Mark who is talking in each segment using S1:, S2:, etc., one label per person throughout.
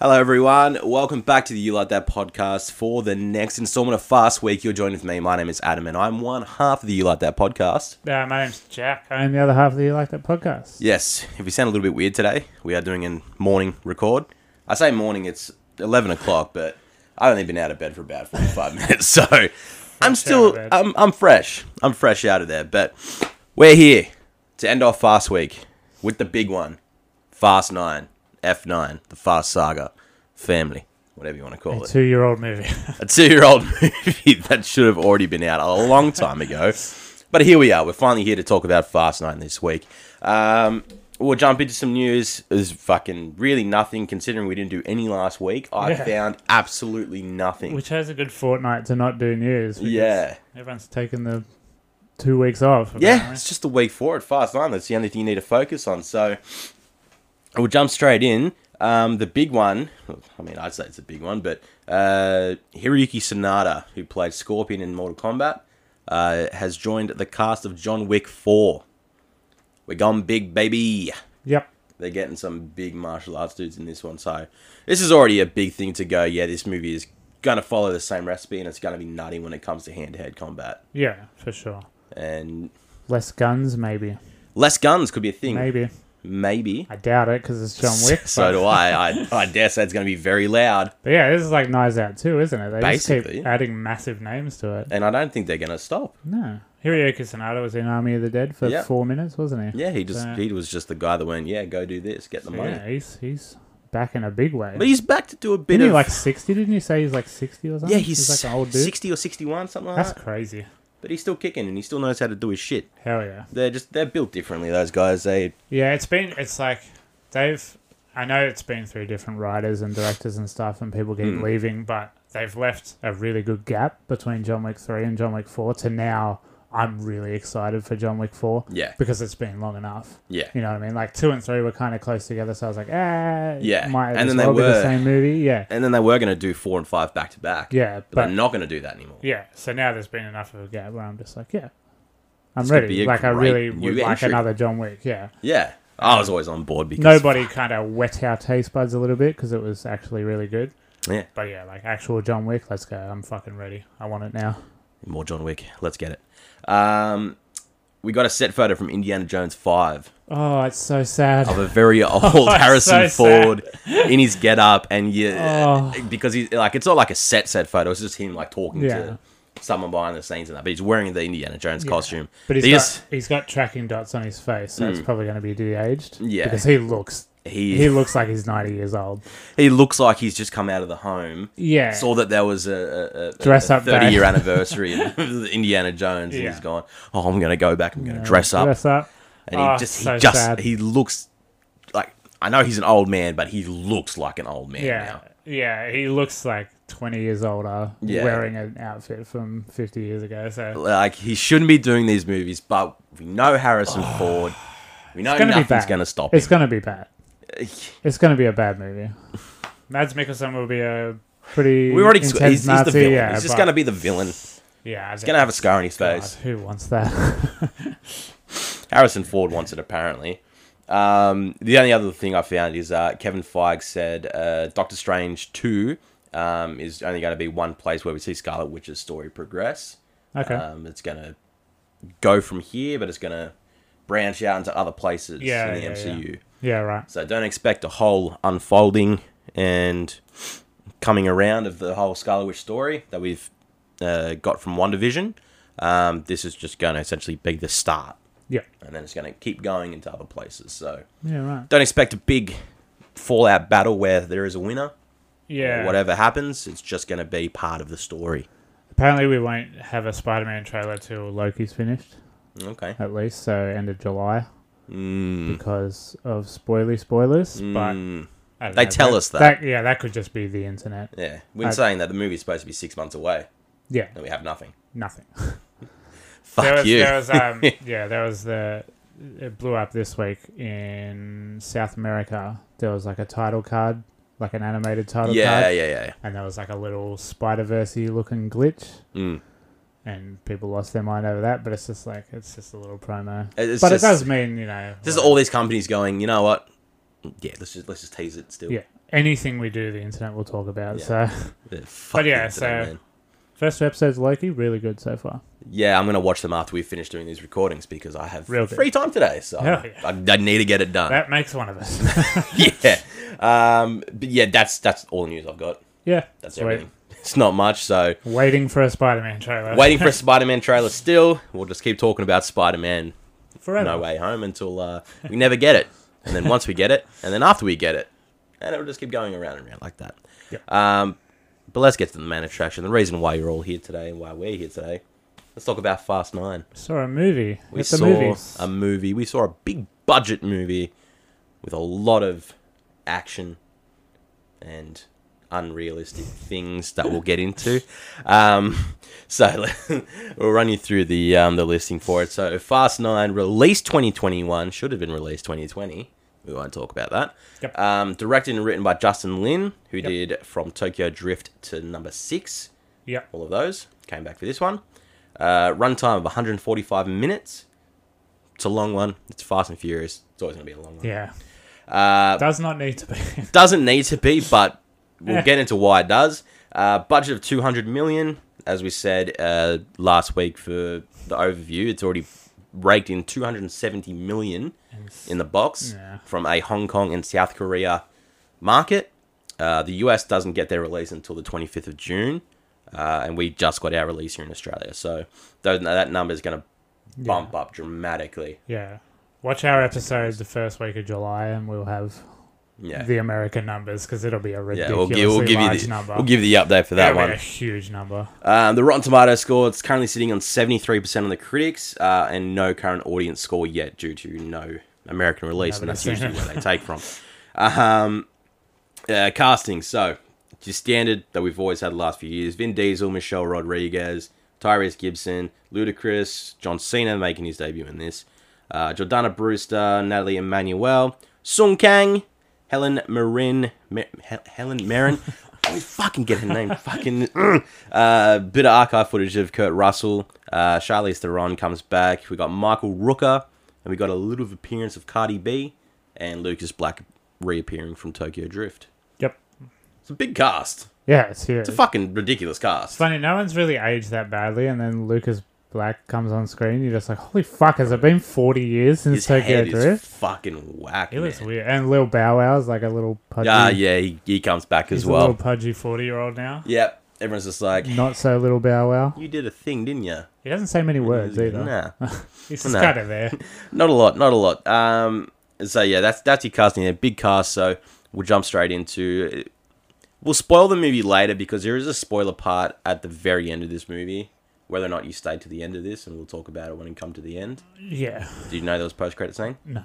S1: Hello, everyone. Welcome back to the You Like That podcast for the next installment of Fast Week. You're joined with me. My name is Adam, and I'm one half of the You Like That podcast.
S2: Uh, my name's Jack. I'm the other half of the You Like That podcast.
S1: Yes, if we sound a little bit weird today, we are doing a morning record. I say morning, it's 11 o'clock, but I've only been out of bed for about 45 minutes, so I'm still,
S2: bed.
S1: I'm, I'm fresh. I'm fresh out of there, but we're here to end off Fast Week with the big one, Fast 9, F9, the Fast Saga, family, whatever you want to call it.
S2: Two year old movie.
S1: a two-year-old movie that should have already been out a long time ago. But here we are. We're finally here to talk about Fast Nine this week. Um, we'll jump into some news. There's fucking really nothing considering we didn't do any last week. I
S2: Yeah.
S1: found absolutely nothing.
S2: Which has a good fortnight to not do news. because
S1: yeah.
S2: Everyone's taken the two weeks off.
S1: Yeah,
S2: apparently.
S1: it's just the week four at Fast Nine. That's the only thing you need to focus on. So we'll jump straight in. Um, the big one, I mean, I'd say it's a big one, but uh, Hiroyuki Sanada, who played Scorpion in Mortal Kombat, uh, has joined the cast of John Wick 4. We're going big, baby.
S2: Yep.
S1: They're getting some big martial arts dudes in this one. So this is already a big thing to go. Yeah, this movie is going to follow the same recipe and it's going to be nutty when it comes to hand to hand combat.
S2: Yeah, for sure.
S1: And
S2: Less guns, maybe.
S1: less guns could be a thing.
S2: Maybe.
S1: Maybe.
S2: I doubt it because it's John Wick.
S1: Hmm. so
S2: but-
S1: do I. I, I dare say it's going to be very loud.
S2: But yeah, this is like Knives Out too, isn't it? They just
S1: Basically.
S2: keep adding massive names to it.
S1: And I don't think they're going to stop.
S2: No. Hiroyuki Sanada was in Army of the Dead for
S1: Yeah.
S2: four minutes, wasn't he?
S1: Yeah, he just
S2: So-
S1: he was just the guy that went, yeah, go do this, get the
S2: So
S1: money.
S2: yeah, he's, he's back in a big way.
S1: But he's back to do a bit
S2: Didn't he
S1: of
S2: like 60? Didn't you say he's like 60 or something?
S1: yeah, he's,
S2: like an old dude.
S1: sixty or sixty-one, something like
S2: That's
S1: that.
S2: crazy.
S1: But he's still kicking and he still knows how to do his shit.
S2: Hell yeah.
S1: They're just they're built differently. Those guys, they
S2: Yeah, it's been, it's like they've, I know it's been through different writers and directors and stuff, and people
S1: Hmm.
S2: keep leaving, but they've left a really good gap between John Wick 3 and John Wick 4 to now. I'm really excited for John Wick 4.
S1: Yeah.
S2: Because it's been long enough.
S1: yeah.
S2: You know what I mean? Like 2 and 3 were kind of close together, so I was like, ah,
S1: Yeah,
S2: might
S1: and
S2: as
S1: then they
S2: well be
S1: were.
S2: the same movie. Yeah.
S1: And then they were going to do four and five back to back.
S2: Yeah.
S1: but, they're not going to do that anymore.
S2: Yeah, so now there's been enough of a gap where I'm just like, yeah, I'm
S1: This could be
S2: ready.
S1: a
S2: Like I
S1: great
S2: really
S1: new
S2: would like
S1: entry.
S2: another John Wick. Yeah,
S1: Yeah, I was always on board because
S2: nobody kind of wet our taste buds a little bit because it was actually really good.
S1: Yeah,
S2: But yeah, like actual John Wick, let's go. I'm fucking ready. I want it now.
S1: more John Wick. Let's get it. Um, we got a set photo from Indiana Jones Five.
S2: Oh, it's so sad.
S1: of a very old
S2: it's
S1: Harrison
S2: Oh, so
S1: Ford in his get up and you
S2: Oh.
S1: because he's like it's not like a set set photo, it's just him like talking
S2: Yeah.
S1: to someone behind the scenes and that, but he's wearing the Indiana Jones costume.
S2: But he's
S1: They
S2: got,
S1: just-
S2: he's got tracking dots on his face, so it's probably going to be de-aged.
S1: Mm. Yeah.
S2: because he looks
S1: he
S2: he
S1: he,
S2: looks like he's 90 years old.
S1: looks like he's just come out of the home.
S2: Yeah,
S1: Saw that there was a, a, a,
S2: Dress
S1: a
S2: up day.
S1: 30 year anniversary of the Indiana Jones, and
S2: Yeah.
S1: he's gone. Oh, I'm gonna go back. I'm gonna
S2: Yeah,
S1: dress up,
S2: Dress up.
S1: and he
S2: Oh,
S1: just he
S2: so
S1: just
S2: sad.
S1: he looks like I know he's an old man, but he looks like an old man
S2: Yeah,
S1: now.
S2: yeah, he looks like 20 years older,
S1: Yeah.
S2: wearing an outfit from 50 years ago. So
S1: like he shouldn't be doing these movies, but we know Harrison Ford. We know
S2: it's gonna be
S1: nothing's
S2: bad.
S1: going to stop
S2: It's
S1: him.
S2: gonna be bad. It's gonna be a bad movie. Mads Mikkelsen will be a pretty.
S1: We already he's,
S2: intense
S1: he's the
S2: Nazi,
S1: villain.
S2: Yeah,
S1: he's just
S2: but-
S1: going to be the villain. He's
S2: Yeah, he's
S1: going to have a scar on his face.
S2: Who wants that?
S1: Harrison Ford wants it apparently. Um, the only other thing I found is uh, Kevin Feige said uh, Doctor Strange two um, is only going to be one place where we see Scarlet Witch's story progress.
S2: Okay.
S1: Um, it's going to go from here, but it's going to branch out into other places
S2: Yeah,
S1: in the
S2: yeah, yeah.
S1: MCU.
S2: yeah, right.
S1: So don't expect a whole unfolding and coming around of the whole Scarlet Witch story that we've uh, got from WandaVision. Um, this is just going to essentially be the start,
S2: Yeah,
S1: and then it's going to keep going into other places. So
S2: yeah, right.
S1: don't expect a big fallout battle where there is a winner.
S2: Yeah,
S1: Whatever happens, it's just going to be part of the story.
S2: Apparently, we won't have a Spider-Man trailer till Loki's finished,
S1: Okay.
S2: at least. So end of July
S1: Mm.
S2: because of spoily spoilers. But
S1: Mm.
S2: I don't
S1: They
S2: know,
S1: tell us that.
S2: Yeah, that could just be the internet.
S1: Yeah, we're
S2: I-
S1: saying that the movie's supposed to be six months away,
S2: Yeah,
S1: and we have nothing.
S2: nothing.
S1: Fuck
S2: there was,
S1: you.
S2: There was, um, yeah, there was the. It blew up this week in South America. There was like a title card, like an animated title
S1: yeah, yeah,
S2: card,
S1: yeah,
S2: and there was like a little Spider Verse looking glitch,
S1: yeah. Mm.
S2: and people lost their mind over that. But it's just like it's just a little promo.
S1: It's
S2: but
S1: just-
S2: it does mean you know.
S1: This is
S2: like-
S1: all these companies going. You know what? Yeah, let's just let's just tease it still.
S2: Yeah, anything we do, the internet will talk about.
S1: Yeah.
S2: So
S1: Yeah, fuck
S2: yeah,
S1: the internet,
S2: so-
S1: man.
S2: first two episodes of Loki, really good so far.
S1: yeah, I'm gonna watch them after we finish doing these recordings because I have
S2: Real good.
S1: free time today, so
S2: Hell yeah.
S1: I, I need to get it done.
S2: That makes one of us.
S1: yeah, um, but yeah, that's that's all the news I've got.
S2: yeah,
S1: That's
S2: sweet.
S1: everything. It's not much, so
S2: Waiting for a Spider-Man trailer.
S1: waiting for a Spider-Man trailer. Still, we'll just keep talking about Spider-Man
S2: forever.
S1: No Way Home until uh, we never get it, and then once we get it, and then after we get it, and it'll just keep going around and around like that.
S2: Yep.
S1: Um, but let's get to the main attraction. The reason why you're all here today and why we're here today. Let's talk about Fast Nine.
S2: Saw a movie.
S1: We
S2: at the
S1: saw
S2: movies.
S1: a movie. We saw a big budget movie with a lot of action and unrealistic things that we'll get into. Um, so we'll run you through the um, the listing for it. So Fast Nine released 2021 should have been released 2020. We won't talk about that.
S2: Yep.
S1: Um, directed and written by Justin Lin, who
S2: Yep.
S1: did from Tokyo Drift to Number Six
S2: Yep.
S1: all of those. Came back for this one. Uh, runtime of 145 minutes. It's a long one. It's Fast and Furious. It's always going to be a long one.
S2: Yeah.
S1: Uh,
S2: Does not need to be.
S1: doesn't need to be, but we'll
S2: Yeah.
S1: get into why it does. Uh, budget of 200 million, as we said uh, last week for the overview. It's already raked in 270 million in the box
S2: Yeah.
S1: from a Hong Kong and South Korea market. Uh, the US doesn't get their release until the 25th of June, uh, and we just got our release here in Australia. So tho- that number is going to bump up dramatically.
S2: yeah. Watch our episode the first week of July, and we'll have
S1: Yeah.
S2: the American numbers because it'll be a
S1: Yeah,
S2: ridiculously
S1: we'll give, we'll give you
S2: large
S1: the,
S2: number.
S1: we'll give you the update for that
S2: It'll be
S1: one.
S2: a huge number.
S1: Um, the Rotten Tomato score it's currently sitting on seventy three percent on the critics, uh, and no current audience score yet due to no American release, and that's
S2: Nobody's seen
S1: usually where
S2: it.
S1: they take from. Um, uh, casting so your standard that we've always had the last few years: Vin Diesel, Michelle Rodriguez, Tyrese Gibson, Ludacris, John Cena making his debut in this, uh, Jordana Brewster, Natalie Emmanuel, Sung Kang, Helen Marin, Me- Hel- Helen Marin. We fucking get her name. Fucking uh, bit of archive footage of Kurt Russell. Uh, Charlize Theron comes back. We got Michael Rooker, and we got a little appearance of Cardi B, and Lucas Black reappearing from Tokyo Drift.
S2: Yep.
S1: It's a big cast.
S2: Yeah, it's huge.
S1: It's a fucking ridiculous cast.
S2: funny, no one's really aged that badly, and then Lucas Black comes on screen. You're just like, holy fuck, has it been 40 years since
S1: His
S2: Tokyo
S1: head is
S2: Drift?
S1: fucking whack.
S2: He looks
S1: man.
S2: weird. And Lil Bow Wow's like a little pudgy.
S1: Ah, yeah, he, he comes back
S2: he's
S1: as
S2: a
S1: well.
S2: little pudgy 40 year old now.
S1: Yep. Everyone's just like,
S2: Not so Little Bow Wow.
S1: you did a thing, didn't you?
S2: He doesn't say many words either.
S1: Nah.
S2: He's just
S1: No.
S2: kind of there.
S1: not a lot, not a lot. Um, so yeah, that's that's your casting. A big cast, so we'll jump straight into. We'll spoil the movie later because there is a spoiler part at the very end of this movie. Whether or not you stayed to the end of this, and we'll talk about it when we come to the end.
S2: Yeah.
S1: Did you know there was post credit scene?
S2: No.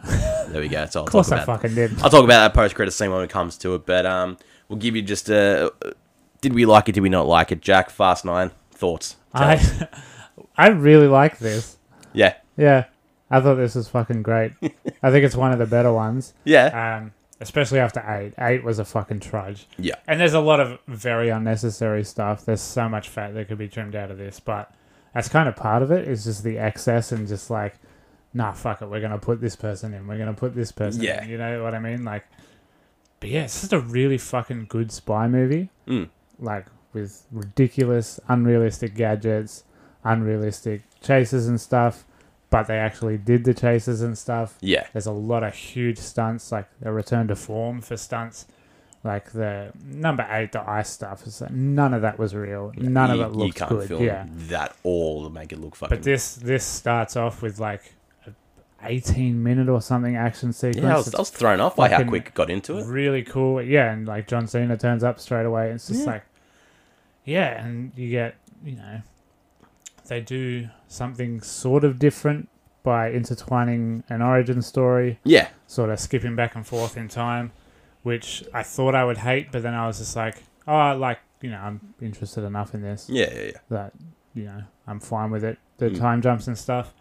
S1: There we go. So I'll
S2: Of course
S1: talk
S2: I
S1: about
S2: fucking did.
S1: I'll talk about that post credit scene when it comes to it. But um, we'll give you just a. Did we like it? Did we not like it? Jack, Fast Nine thoughts. Tell us.
S2: I, I really like this.
S1: yeah,
S2: Yeah. I thought this was fucking great. I think it's one of the better ones.
S1: yeah,
S2: Um, especially after eight. Eight was a fucking trudge.
S1: yeah.
S2: And there's a lot of very unnecessary stuff. There's so much fat that could be trimmed out of this, but that's kind of part of it. Is just the excess and just like, nah, fuck it. We're gonna put this person in. We're gonna put this person.
S1: Yeah.
S2: In. You know what I mean? Like, but yeah, it's just a really fucking good spy movie.
S1: Mm.
S2: Like with ridiculous, unrealistic gadgets, unrealistic chases and stuff. But they actually did the chases and stuff.
S1: Yeah,
S2: There's a lot of huge stunts, like a return to form for stunts. Like the number eight, the ice stuff. Is like, none of that was real. None
S1: You-
S2: of it looks
S1: You can't
S2: good.
S1: film
S2: Yeah,
S1: that all to make it look fucking.
S2: but this this starts off with like a eighteen minute or something action sequence.
S1: Yeah, I was,
S2: that's
S1: I was thrown off by how
S2: fucking
S1: quick it got into it.
S2: really cool. Yeah, and like John Cena turns up straight away. It's just like, yeah, and you get you know, they do something sort of different by intertwining an origin story
S1: Yeah,
S2: sort of skipping back and forth in time, which I thought I would hate, but then I was just like, oh, I like, you know, I'm interested enough in this
S1: yeah, yeah, yeah.
S2: that, you know, I'm fine with it. The
S1: Mm.
S2: time jumps and stuff.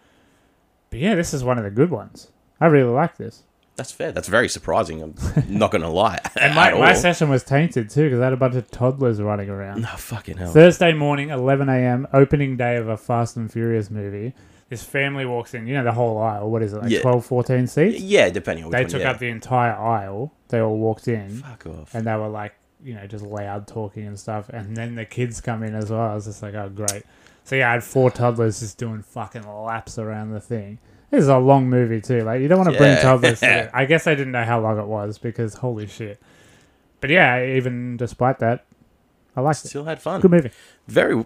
S2: But yeah, this is one of the good ones. I really like this.
S1: That's fair. That's very surprising. I'm not gonna lie.
S2: And my,
S1: at all.
S2: my session was tainted too because I had a bunch of toddlers running around.
S1: no fucking hell.
S2: Thursday morning, 11 a.m., opening day of a Fast and Furious movie. This family walks in, you know, the whole aisle. What is it, like
S1: Yeah.
S2: twelve, fourteen 12, 14 seats?
S1: Yeah, depending on which
S2: they
S1: one,
S2: took
S1: yeah.
S2: up the entire aisle. They all walked in
S1: Fuck off.
S2: and they were like, you know, just loud talking and stuff. And then the kids come in as well. I was just like, oh, great. So yeah, I had four toddlers just doing fucking laps around the thing. This is a long movie too. Like you don't want to bring
S1: Yeah.
S2: toddlers. To it. I guess I didn't know how long it was because holy shit. But yeah, even despite that, I liked it.
S1: Still had fun.
S2: Good movie.
S1: Very.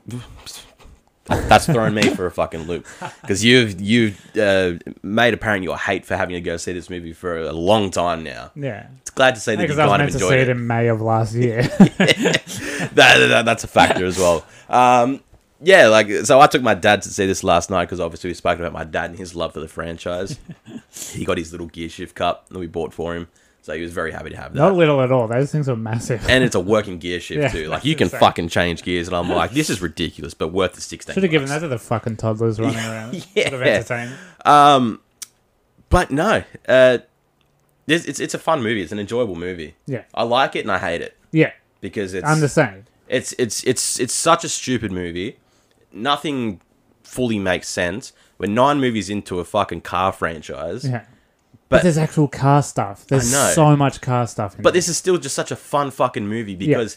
S1: That's thrown me for a fucking loop because you've you've uh, made apparent your hate for having to go see this movie for a long time now.
S2: Yeah.
S1: It's glad to see that you
S2: Because I was
S1: kind
S2: meant
S1: of
S2: to
S1: enjoyed
S2: see
S1: it.
S2: it in May of last year.
S1: that, that- that's a factor as well. Um, yeah, like so, I took my dad to see this last night because obviously we spoke about my dad and his love for the franchise. he got his little gear shift cup that we bought for him, so he was very happy to have that.
S2: Not little at all. Those things were massive.
S1: and it's a working gear shift
S2: Yeah,
S1: too. Like
S2: that's
S1: you can
S2: insane.
S1: fucking change gears, and I'm like, this is ridiculous, but worth the sixteen.
S2: Should have given that
S1: bucks.
S2: to the fucking toddlers running around.
S1: Yeah.
S2: Sort of entertainment.
S1: Um, but no, uh, this, it's it's a fun movie. It's an enjoyable movie.
S2: Yeah.
S1: I like it and I hate it
S2: Yeah.
S1: because it's
S2: I'm the same.
S1: it's it's it's it's such a stupid movie. Nothing fully makes sense. We're nine movies into a fucking car franchise,
S2: Yeah. But,
S1: But-
S2: there's actual car stuff. There's
S1: I know.
S2: so much car stuff in
S1: but
S2: it.
S1: this is still just such a fun fucking movie because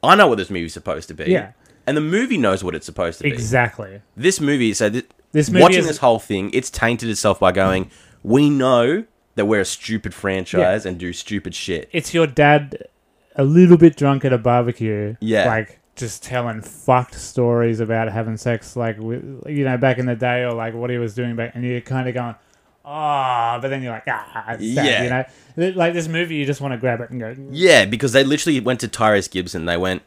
S1: I know what this movie's supposed to be.
S2: Yeah.
S1: And the movie knows what it's supposed to be.
S2: Exactly.
S1: This movie, so th-
S2: This movie
S1: watching
S2: is-
S1: this whole thing, it's tainted itself by going, we know that we're a stupid franchise and do stupid shit.
S2: It's your dad a little bit drunk at a barbecue.
S1: Yeah.
S2: Like just telling fucked stories about having sex like with, you know back in the day or like what he was doing back and you're kind of going ah but then you're like ah it's sad,
S1: Yeah.
S2: you know Th- like this movie you just want to grab it and go "Mm,
S1: Yeah, because they literally went to Tyrese Gibson. They went,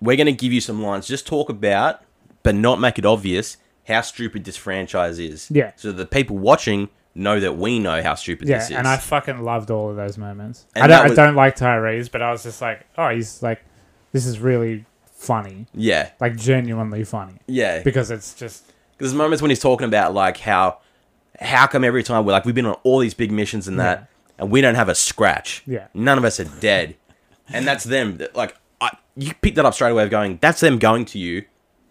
S1: "We're going to give you some lines. Just talk about, but not make it obvious how stupid this franchise is."
S2: Yeah.
S1: So that the people watching know that we know how stupid
S2: yeah
S1: this is.
S2: and I fucking loved all of those moments
S1: And
S2: I
S1: that
S2: don't
S1: was-
S2: I don't like Tyrese but I was just like oh he's like this is really funny
S1: yeah,
S2: like genuinely funny
S1: yeah. Because
S2: because it's just
S1: there's moments when he's talking about like how, how come every time we're like we've been on all these big missions and that, and we don't have a scratch.
S2: Yeah.
S1: None of us are dead, and that's them. that- Like I, you picked that up straight away of going, "That's them going to you."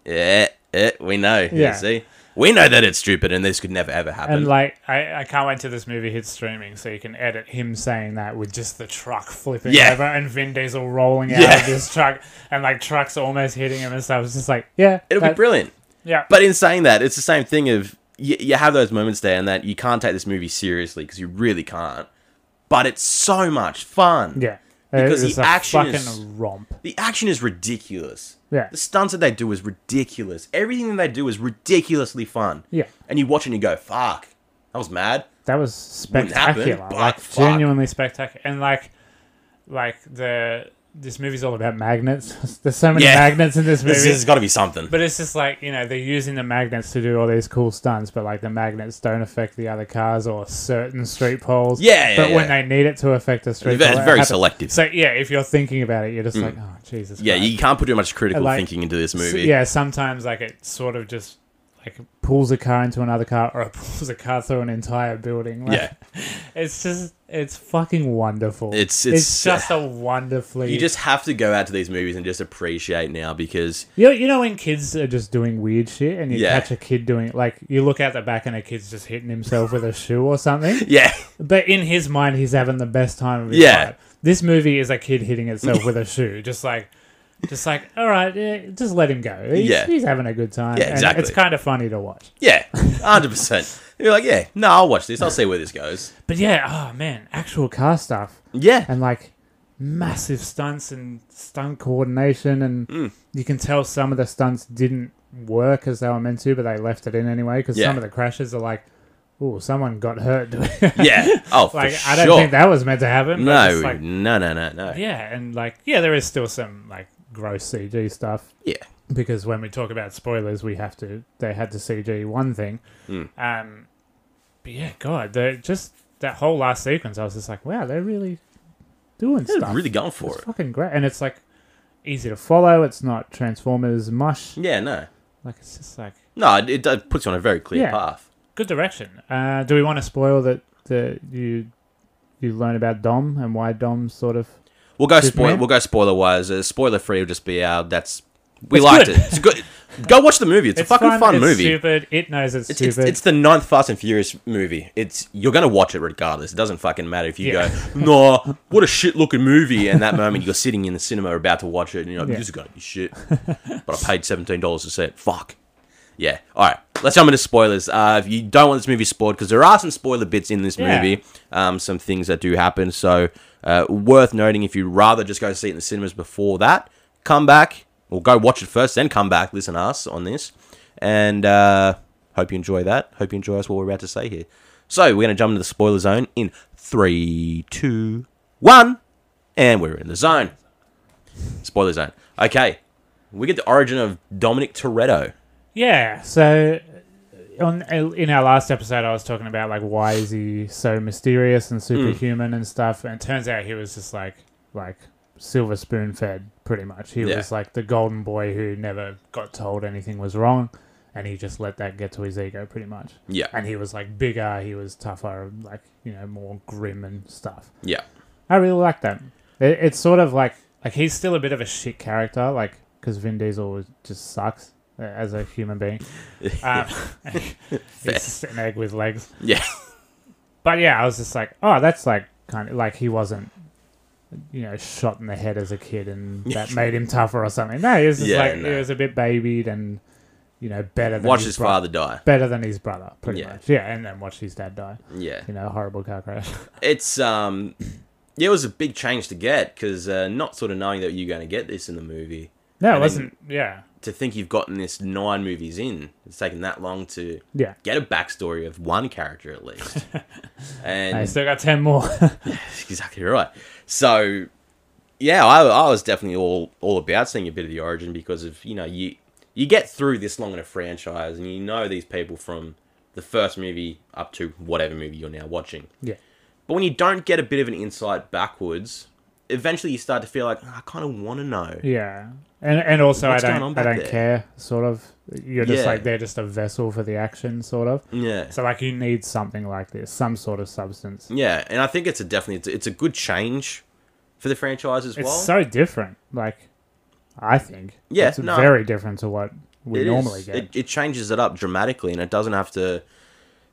S1: Yeah, yeah we know. Yeah.
S2: Yeah.
S1: See. We know that it's stupid and this could never ever happen.
S2: and like I, I can't wait till this movie hits streaming so you can edit him saying that with just the truck flipping
S1: Yeah.
S2: over and Vin Diesel rolling out
S1: Yeah.
S2: of this truck and like trucks almost hitting him and stuff. It's just like yeah,
S1: It'll be
S2: that-
S1: brilliant.
S2: yeah,
S1: But in saying that, it's the same thing of you, you have those moments there and that you can't take this movie seriously because you really can't. But it's so much fun.
S2: yeah,
S1: because the
S2: it's a
S1: action
S2: fucking
S1: is-
S2: romp.
S1: The action is ridiculous.
S2: Yeah,
S1: The stunts that they do is ridiculous. Everything that they do is ridiculously fun.
S2: Yeah.
S1: And you watch and you go, fuck, that was mad.
S2: that was
S1: Wouldn't happen,
S2: spectacular,
S1: but
S2: like
S1: fuck.
S2: genuinely spectacular, and like like the this movie's all about magnets. There's so many
S1: Yeah.
S2: magnets in this movie.
S1: This has got to be something.
S2: But it's just like, you know, they're using the magnets to do all these cool stunts, but like the magnets don't affect the other cars or certain street poles.
S1: Yeah, yeah,
S2: But when
S1: yeah.
S2: they need it to affect a street
S1: It's
S2: pole, it
S1: very
S2: happens.
S1: selective. Hmm.
S2: So yeah, if you're thinking about it, you're just like, oh Jesus.
S1: yeah,
S2: Christ.
S1: you can't put too much critical
S2: Like,
S1: thinking into this
S2: S-
S1: movie.
S2: Yeah, sometimes like it sort of just like pulls a car into another car or it pulls a car through an entire building. Like,
S1: Yeah.
S2: It's just it's fucking wonderful.
S1: It's- it's-
S2: just a wonderfully
S1: You just have to go out to these movies and just appreciate now because
S2: You know, you know when kids are just doing weird shit and you
S1: Yeah.
S2: catch a kid doing like you look out the back and a kid's just hitting himself with a shoe or something.
S1: yeah,
S2: But in his mind, he's having the best time of his
S1: Yeah.
S2: life. This movie is a kid hitting itself with a shoe, just like, just like, all right, yeah, just let him go. He's,
S1: Yeah.
S2: he's having a good time.
S1: Yeah,
S2: and
S1: exactly.
S2: it's kind of funny to watch.
S1: yeah, hundred percent. You're like, yeah, no, I'll watch this. I'll see where this goes.
S2: But yeah, oh man, actual car stuff
S1: Yeah,
S2: and like massive stunts and stunt coordination, and
S1: Hmm.
S2: you can tell some of the stunts didn't work as they were meant to, but they left it in anyway because
S1: Yeah.
S2: some of the crashes are like, oh, someone got hurt.
S1: Yeah. Oh, for
S2: like
S1: sure.
S2: I don't think that was meant to happen. but
S1: No,
S2: it's like,
S1: no, no, no, no. Yeah.
S2: yeah, and like yeah, there is still some like gross CG stuff because when we talk about spoilers, we have to. They had to CG one thing.
S1: Hmm.
S2: Um, but yeah, God, they just that whole last sequence, I was just like, wow, they're really doing
S1: They're
S2: stuff.
S1: really going for
S2: it's
S1: it.
S2: fucking great, and it's like easy to follow. It's not Transformers mush.
S1: Yeah, no.
S2: Like it's just like
S1: No, it, it does- puts you on a very clear
S2: Yeah.
S1: path.
S2: good direction. Uh, do we want to spoil that that you you learn about Dom and why Dom sort of
S1: We'll go
S2: Good
S1: spoil.
S2: man.
S1: We'll go spoiler wise. Uh, spoiler free will just be our. That's we
S2: It's
S1: liked
S2: good.
S1: it. It's good. Go watch the movie. It's, a fucking fun,
S2: it's
S1: movie.
S2: Stupid. It knows it's,
S1: It's, it's,
S2: stupid.
S1: it's the ninth Fast and Furious movie. It's you're gonna watch it regardless. It doesn't fucking matter if you
S2: Yeah.
S1: go, nah, what a shit looking movie. And that moment you're sitting in the cinema about to watch it, and you're like,
S2: Yeah.
S1: this is gonna be shit. but I paid seventeen dollars to see it. Fuck. Yeah. All right. Let's jump into spoilers. Uh, if you don't want this movie spoiled, because there are some spoiler bits in this
S2: Yeah.
S1: movie, um, some things that do happen. So uh, worth noting. If you'd rather just go see it in the cinemas before that, come back or go watch it first, then come back. Listen to us on this, and uh, hope you enjoy that. Hope you enjoy us what we're about to say here. So we're gonna jump into the spoiler zone in three, two, one, and we're in the zone. Spoiler zone. Okay. We get the origin of Dominic Toretto.
S2: Yeah. So, on in our last episode, I was talking about like why is he so mysterious and superhuman and stuff, and it turns out he was just like like silver spoon fed, pretty much. He
S1: Yeah.
S2: was like the golden boy who never got told anything was wrong, and he just let that get to his ego, pretty much.
S1: Yeah.
S2: And he was like bigger, he was tougher, like you know more grim and stuff.
S1: Yeah.
S2: I really like that. It, it's sort of like like he's still a bit of a shit character, like because Vin Diesel was- just sucks uh, as a human being. Um, he's just an egg with legs.
S1: Yeah.
S2: But yeah, I was just like, oh, that's like kind of like he wasn't, you know, shot in the head as a kid and that made him tougher or something. No, he was just
S1: Yeah,
S2: like
S1: no.
S2: he was a bit babied and you know better than
S1: Watch
S2: his
S1: his
S2: bro-
S1: father die.
S2: Better than his brother, pretty
S1: Yeah.
S2: much. Yeah, and then watch his dad die.
S1: Yeah.
S2: You know, horrible car crash.
S1: It's um it was a big change to get cuz uh, not sort of knowing that you're going to get this in the movie
S2: No,
S1: And then-
S2: it wasn't. Yeah,
S1: to think you've gotten this 9 movies in. It's taken that long to
S2: yeah.
S1: get a backstory of one character at least.
S2: I
S1: and
S2: still got ten more.
S1: exactly right. So, yeah, I, I was definitely all all about seeing a bit of the origin because of you know you you get through this long in a franchise and you know these people from the first movie up to whatever movie you're now watching.
S2: yeah.
S1: But when you don't get a bit of an insight backwards, eventually you start to feel like "Oh, I kind of want to know.
S2: Yeah, and and also
S1: What's
S2: I
S1: going on
S2: don't I
S1: back
S2: don't
S1: there?
S2: care. Sort of, you're just
S1: Yeah.
S2: like they're just a vessel for the action. Sort of.
S1: Yeah.
S2: So like you need something like this, some sort of substance.
S1: Yeah, and I think it's a definitely it's a, it's a good change for the franchise as
S2: It's
S1: well.
S2: so different. Like, I think
S1: Yeah,
S2: it's
S1: no.
S2: very different to what we
S1: It
S2: normally
S1: is.
S2: get.
S1: It, it changes it up dramatically, and it doesn't have to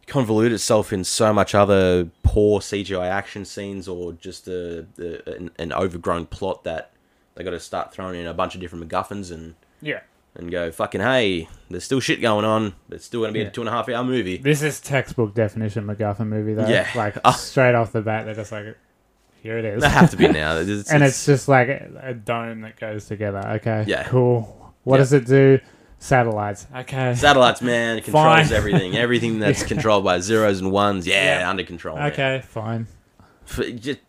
S1: convolute itself in so much other poor CGI action scenes or just a, a, an, an overgrown plot that they got to start throwing in a bunch of different MacGuffins and
S2: yeah,
S1: and go fucking hey, there's still shit going on. It's still gonna be
S2: Yeah.
S1: a two and a half hour movie.
S2: this is textbook definition MacGuffin movie though.
S1: Yeah.
S2: like
S1: Oh.
S2: straight off the bat, they're just like, here it is,
S1: They have to be now. It's-
S2: and
S1: it's-
S2: it's just like a dome that goes together. Okay,
S1: Yeah.
S2: cool. What
S1: Yeah.
S2: does it do? Satellites. Okay.
S1: satellites, man. It controls
S2: Fine.
S1: everything. Everything that's controlled by zeros and ones. Yeah,
S2: Yeah.
S1: under control. man.
S2: okay, fine.
S1: F- just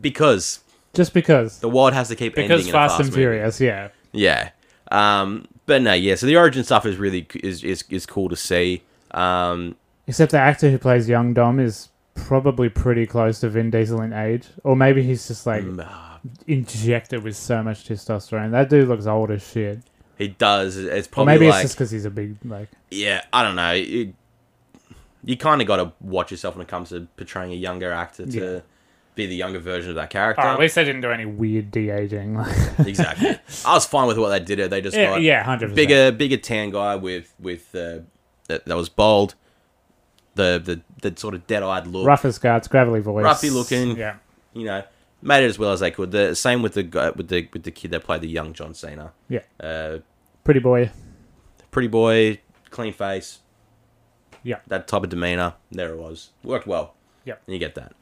S1: because
S2: Just because.
S1: the world has to keep
S2: because
S1: ending in a
S2: Fast
S1: fast
S2: and
S1: movie.
S2: Furious, yeah,
S1: Yeah. Um, but no, yeah. So the origin stuff is really is is, is cool to see. Um,
S2: Except the actor who plays young Dom is probably pretty close to Vin Diesel in age, or maybe he's just like
S1: mm, ah,
S2: injected with so much testosterone. That dude looks old as shit.
S1: he does. It's
S2: Or
S1: probably
S2: maybe it's
S1: like
S2: just because he's a big like.
S1: yeah. I don't know. It- you kind of got to watch yourself when it comes to portraying a younger actor to
S2: Yeah.
S1: be the younger version of that character.
S2: Oh, at least they didn't do any weird de aging.
S1: exactly. I was fine with what they did. They just
S2: yeah,
S1: got
S2: yeah, hundred percent.
S1: bigger bigger tan guy with with uh, that, that was bold. The the the sort of dead eyed look.
S2: rougher guts, gravelly voice,
S1: Roughy looking.
S2: Yeah,
S1: you know, made it as well as they could. The same with the guy, with the with the kid that played the young John Cena.
S2: Yeah.
S1: Uh,
S2: pretty boy.
S1: pretty boy, clean face.
S2: Yeah.
S1: That type of demeanor. There it was. Worked well.
S2: Yeah.
S1: You get that.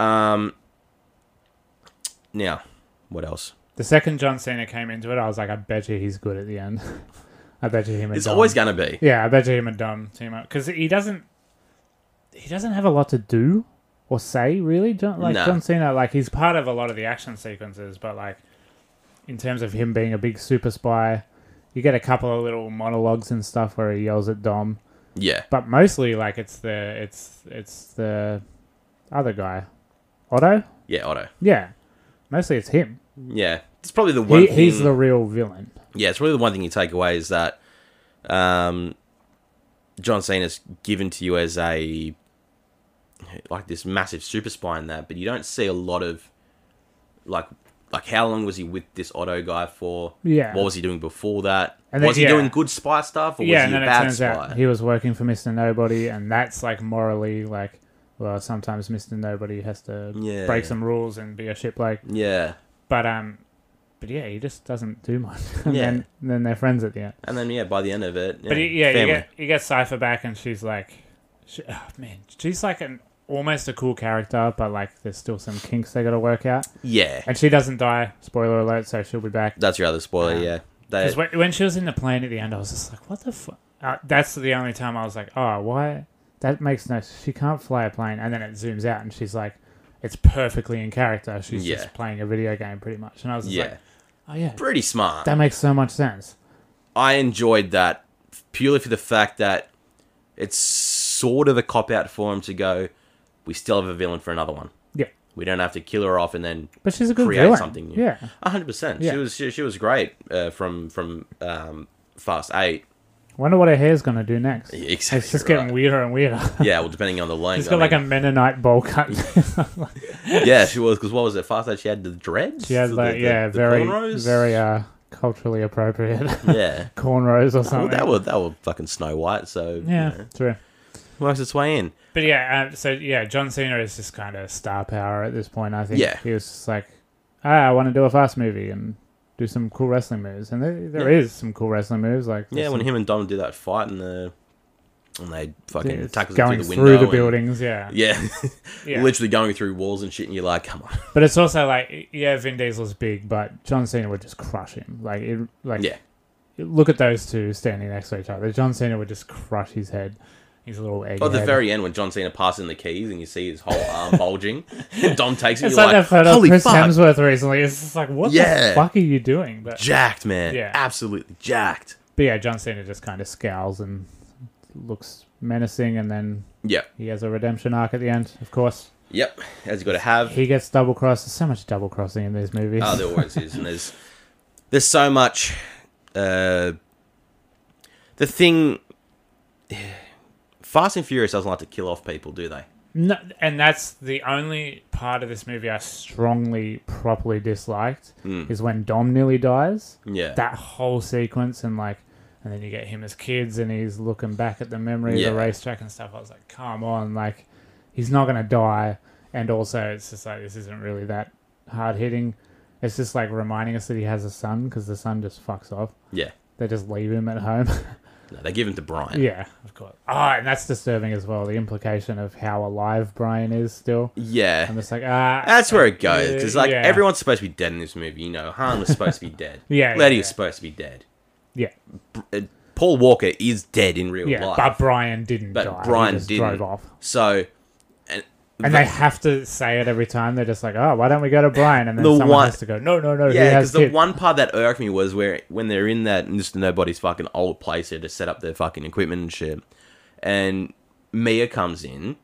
S1: Um. Now, what else?
S2: The second John Cena came into it, I was like, I bet you he's good at the end. I bet you him and
S1: It's
S2: Dom-
S1: always gonna be.
S2: Yeah, I bet you him and Dom team up because he doesn't. He doesn't have a lot to do or say really. John, like
S1: No.
S2: John Cena, like he's part of a lot of the action sequences, but like in terms of him being a big super spy, you get a couple of little monologues and stuff where he yells at Dom,
S1: Yeah.
S2: but mostly like it's the it's it's the other guy, Otto.
S1: Yeah. Otto.
S2: Yeah, mostly it's him.
S1: Yeah. It's probably the one.
S2: He, he's
S1: thing-
S2: the real villain.
S1: yeah, it's really the one thing you take away is that um, John Cena's given to you as a like this massive super spy in that, but you don't see a lot of like Like, how long was he with this Otto guy for?
S2: Yeah.
S1: What was he doing before that?
S2: And then-
S1: was he
S2: yeah.
S1: doing good spy stuff or
S2: yeah,
S1: was
S2: and
S1: he a
S2: then it
S1: bad
S2: turns
S1: spy?
S2: out he was working for Mister Nobody, and that's like morally like, well, sometimes Mister Nobody has to
S1: Yeah.
S2: break some rules and be a shit like,
S1: yeah.
S2: but um, but yeah, he just doesn't do much. and
S1: Yeah.
S2: then, and then they're friends at the end.
S1: And then, yeah, by the end of it, yeah,
S2: But he, yeah, you
S1: family.
S2: get you get Cipher back, and she's like, she, oh, man, she's like an almost a cool character, but like there's still some kinks they got to work out.
S1: yeah.
S2: And she doesn't die. Spoiler alert! So she'll be back.
S1: That's your other spoiler,
S2: Um,
S1: yeah. They,
S2: Because when, when she was in the plane at the end, I was just like, what the fuck? Uh, that's the only time I was like, oh, why? That makes no. She can't fly a plane, and then it zooms out, and she's like. It's perfectly in character. She's
S1: Yeah.
S2: just playing a video game, pretty much. And I was just
S1: yeah.
S2: like, "Oh yeah,
S1: Pretty smart.
S2: that makes so much sense."
S1: I enjoyed that purely for the fact that it's sort of a cop out for him to go, we still have a villain for another one.
S2: Yeah,
S1: We don't have to kill her off and then
S2: but she's a good
S1: create
S2: villain.
S1: something new.
S2: Yeah,
S1: A hundred percent.
S2: Yeah.
S1: She was she, she was great uh, from from um, Fast Eight.
S2: Wonder what her hair's gonna do next.
S1: Yeah, Exactly.
S2: It's just
S1: right.
S2: getting weirder and weirder.
S1: yeah. Well, depending on the length.
S2: She's got
S1: I
S2: like a
S1: mean,
S2: Mennonite bowl cut.
S1: yeah, she was because what was it? Fast Eight. She had the dreads.
S2: she has
S1: The-
S2: like
S1: the-
S2: yeah,
S1: the
S2: very
S1: cornrows?
S2: very uh culturally appropriate
S1: Yeah.
S2: cornrows or
S1: Well,
S2: something.
S1: Oh, that was that was fucking Snow White. So
S2: Oh, yeah,
S1: you know,
S2: true.
S1: works its way in.
S2: But yeah, um, so yeah, John Cena is just kind of star power at this point. I think.
S1: Yeah.
S2: he was just like, ah, I want to do a fast movie and do some cool wrestling moves, and there, there
S1: Yeah.
S2: is some cool wrestling moves. Like
S1: Yeah,
S2: there's
S1: when
S2: some-
S1: him and Dom do that fight and the and they fucking
S2: it's
S1: tackle
S2: going
S1: them through the window,
S2: through the
S1: and-
S2: buildings. Yeah,
S1: yeah,
S2: yeah.
S1: literally going through walls and shit, and you're like, come on,
S2: But it's also like, yeah, Vin Diesel's big, but John Cena would just crush him. Like, it, like
S1: yeah,
S2: look at those two standing next to each other. John Cena would just crush his head, his little egg.
S1: Or the
S2: head.
S1: Oh, very end when John Cena passes in the keys and you see his whole arm bulging, and Dom takes it,
S2: It's
S1: you're
S2: like,
S1: like,
S2: that photo of
S1: holy
S2: Chris
S1: fuck,
S2: Hemsworth recently. It's just like, what the
S1: Yeah.
S2: fuck are you doing? But,
S1: jacked man,
S2: Yeah.
S1: absolutely jacked.
S2: but yeah, John Cena just kind of scowls and looks menacing, and then
S1: Yeah,
S2: he has a redemption arc at the end. Of course,
S1: yep, as you got to have.
S2: he gets double crossed. There's so much double crossing in these movies.
S1: Oh, there always is, and there's there's so much. Uh, the thing, Fast and Furious doesn't like to kill off people, do they?
S2: No, and that's the only part of this movie I strongly, properly disliked
S1: Hmm.
S2: is when Dom nearly dies.
S1: Yeah,
S2: That whole sequence and like, and then you get him as kids and he's looking back at the memory of
S1: Yeah.
S2: the racetrack and stuff. I was like, come on, like, he's not gonna die. And also, it's just like this isn't really that hard hitting. It's just like reminding us that he has a son because the son just fucks off.
S1: yeah.
S2: They just leave him at home.
S1: No, they give him to Brian.
S2: yeah, of course. Ah, and that's disturbing as well. The implication of how alive Brian is still.
S1: Yeah.
S2: I'm just like, ah.
S1: That's where it goes because like
S2: Yeah.
S1: everyone's supposed to be dead in this movie. You know, Han was supposed to be dead.
S2: Yeah,
S1: Letty
S2: yeah,
S1: was
S2: yeah.
S1: supposed to be dead.
S2: yeah,
S1: Uh, Paul Walker is dead in real
S2: yeah.
S1: life,
S2: But Brian didn't
S1: but
S2: die.
S1: Brian
S2: he just
S1: didn't.
S2: drove off.
S1: so and,
S2: And
S1: the-
S2: they have to say it every time. They're just like, oh, why don't we go to Brian? And then
S1: The
S2: someone
S1: one-
S2: has to go, no, no, no, he
S1: yeah, because
S2: has
S1: the
S2: kids.
S1: one part that irked me was where when they're in that Mr. Nobody's fucking old place there to set up their fucking equipment and shit, and Mia comes in,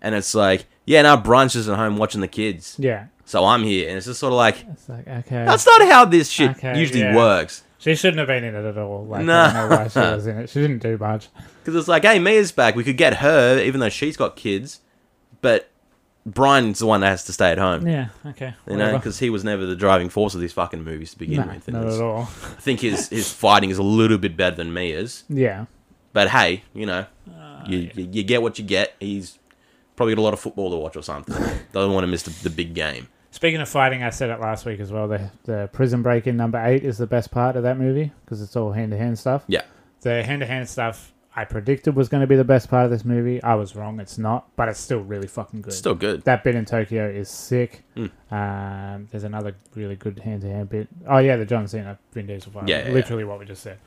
S1: and it's like, yeah, now Brian's just at home watching the kids,
S2: yeah.
S1: so I'm here, and it's just sort of like
S2: It's like, okay.
S1: that's not how this shit
S2: Okay,
S1: usually
S2: yeah.
S1: works.
S2: She shouldn't have been in it at all. Like, I
S1: No.
S2: don't know why she was in it. She didn't do much.
S1: Because it's like, hey, Mia's back. We could get her, even though she's got kids, but Brian's the one that has to stay at home.
S2: Yeah, okay.
S1: You know,
S2: whatever.
S1: because he was never the driving force of these fucking movies to begin
S2: Nah,
S1: with. And
S2: not
S1: it's-
S2: at all.
S1: I think his, his fighting is a little bit better than Mia's.
S2: Yeah.
S1: But hey, you know,
S2: Uh,
S1: you, you, you get what you get. He's probably got a lot of football to watch or something. Doesn't want to miss the, the big game.
S2: Speaking of fighting, I said it last week as well. The, the prison break in number eight is the best part of that movie because it's all hand to hand stuff.
S1: Yeah.
S2: the hand to hand stuff I predicted was going to be the best part of this movie. I was wrong. It's not, but it's still really fucking good.
S1: Still good.
S2: That bit in Tokyo is sick.
S1: Hmm.
S2: Um, there's another really good hand to hand bit. Oh yeah, the John Cena Vin Diesel fight.
S1: Yeah, yeah,
S2: literally what we just said.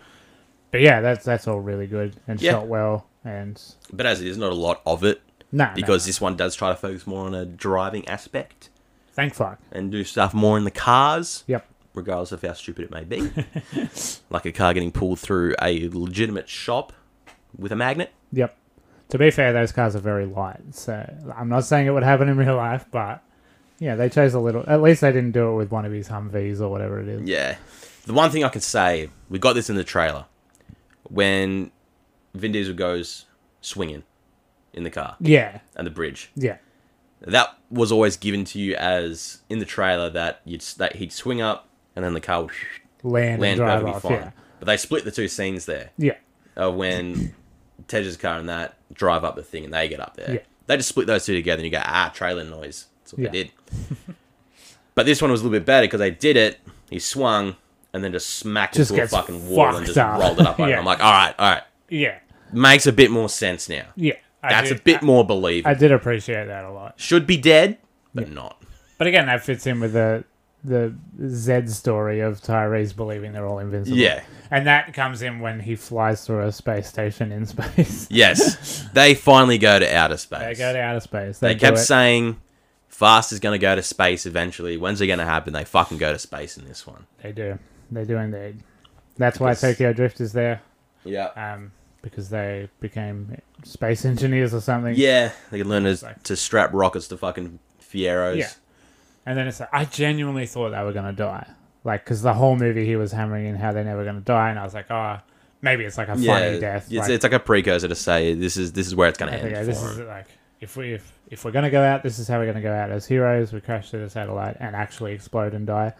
S2: But yeah, that's that's all really good and
S1: Yeah.
S2: shot well and
S1: But as it is, not a lot of it
S2: nah
S1: because
S2: nah.
S1: this one does try to focus more on a driving aspect
S2: thank fuck.
S1: and do stuff more in the cars.
S2: Yep.
S1: regardless of how stupid it may be. like a car getting pulled through a legitimate shop with a magnet.
S2: Yep. To be fair, those cars are very light, so I'm not saying it would happen in real life, but yeah, they chose a little. At least they didn't do it with one of his Humvees or whatever it is.
S1: Yeah. The one thing I can say, we got this in the trailer. When Vin Diesel goes swinging in the car
S2: Yeah,
S1: and the bridge,
S2: yeah.
S1: that was always given to you as in the trailer that you'd s- that he'd swing up and then the car would
S2: Land,
S1: land
S2: and drive
S1: perfectly
S2: off.
S1: fine.
S2: Yeah.
S1: But they split the two scenes there
S2: Yeah.
S1: of when Tej's car and that drive up the thing and they get up there.
S2: Yeah.
S1: They just split those two together and you go, ah, trailer noise. That's what
S2: Yeah.
S1: they did. but this one was a little bit better because they did it. He swung and then just smacked
S2: Just
S1: into a
S2: gets
S1: fucking wall and
S2: fucked
S1: just
S2: up.
S1: rolled it up. over.
S2: Yeah.
S1: I'm like, all right, all right.
S2: Yeah.
S1: Makes a bit more sense now.
S2: Yeah. I
S1: That's a
S2: did-
S1: bit
S2: I,
S1: more believable.
S2: I did appreciate that a lot.
S1: Should be dead, but not.
S2: But again, that fits in with the the Zed story of Tyrese believing they're all invincible.
S1: Yeah.
S2: And that comes in when he flies through a space station in space.
S1: Yes. they finally go to outer space.
S2: They go to outer space.
S1: They
S2: do
S1: kept
S2: it.
S1: saying Fast is going to go to space eventually. When's it going to happen? They fucking go to space in this one.
S2: They do. They do indeed. That's why
S1: Because-
S2: Tokyo Drift is there,
S1: Yeah.
S2: um, because they became space engineers or something.
S1: Yeah. They can learn to, to strap rockets to fucking Fieros.
S2: Yeah. And then it's like, I genuinely thought they were going to die. Like, because the whole movie he was hammering in how they're never going to die. And I was like, oh, maybe it's like a
S1: Yeah,
S2: funny death.
S1: it's,
S2: like,
S1: it's like a precursor to say this is this is where it's going to end.
S2: okay,
S1: for
S2: this is
S1: 'em.
S2: like, if, we, if, if we're going to go out, this is how we're going to go out as heroes. We crash through the satellite and actually explode and die.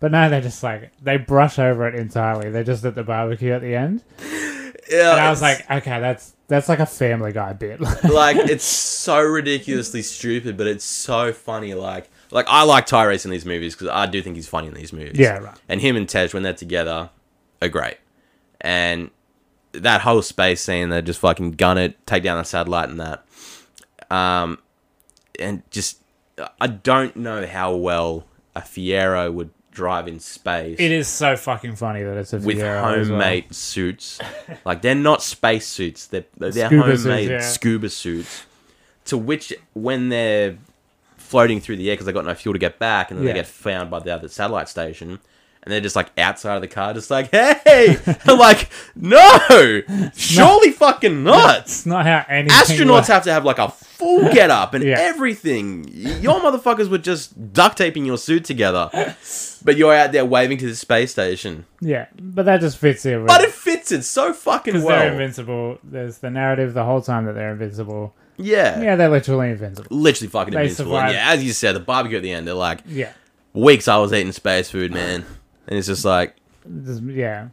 S2: But no, they're just like, they brush over it entirely. They're just at the barbecue at the end.
S1: yeah,
S2: And I was
S1: it's-
S2: like, okay, that's that's like a Family Guy bit.
S1: like it's so ridiculously stupid, but it's so funny. Like, like I like Tyrese in these movies because I do think he's funny in these movies.
S2: Yeah, right.
S1: And him and Tej when they're together are great. And that whole space scene, they just fucking gun it, take down the satellite, and that. Um, and just I don't know how well a Fiero would drive in space
S2: it is so fucking funny that it's a
S1: with
S2: Fiero as well.
S1: homemade suits. Like they're not space suits. They're they're
S2: Scuba suits,
S1: homemade
S2: yeah.
S1: scuba suits. To which, when they're floating through the air because they got no fuel to get back, and then
S2: Yeah.
S1: they get found by the other satellite station, and they're just like outside of the car, just like, "Hey!" I'm like, "No, surely fucking not."
S2: It's not how anything
S1: Astronauts
S2: works.
S1: have to have like a full get up and
S2: Yeah.
S1: everything. Your motherfuckers were just duct taping your suit together, but you're out there waving to the space station.
S2: Yeah, but that just fits in. With,
S1: But it fits it so fucking
S2: because they're
S1: well.
S2: invincible. There's the narrative the whole time that they're invincible.
S1: Yeah.
S2: Yeah, they're literally invincible.
S1: Literally fucking
S2: They
S1: invincible. And
S2: survived.
S1: yeah, as you said, the barbecue at the end, they're like,
S2: Yeah,
S1: weeks I was eating space food, man. And it's just like,
S2: Just- yeah,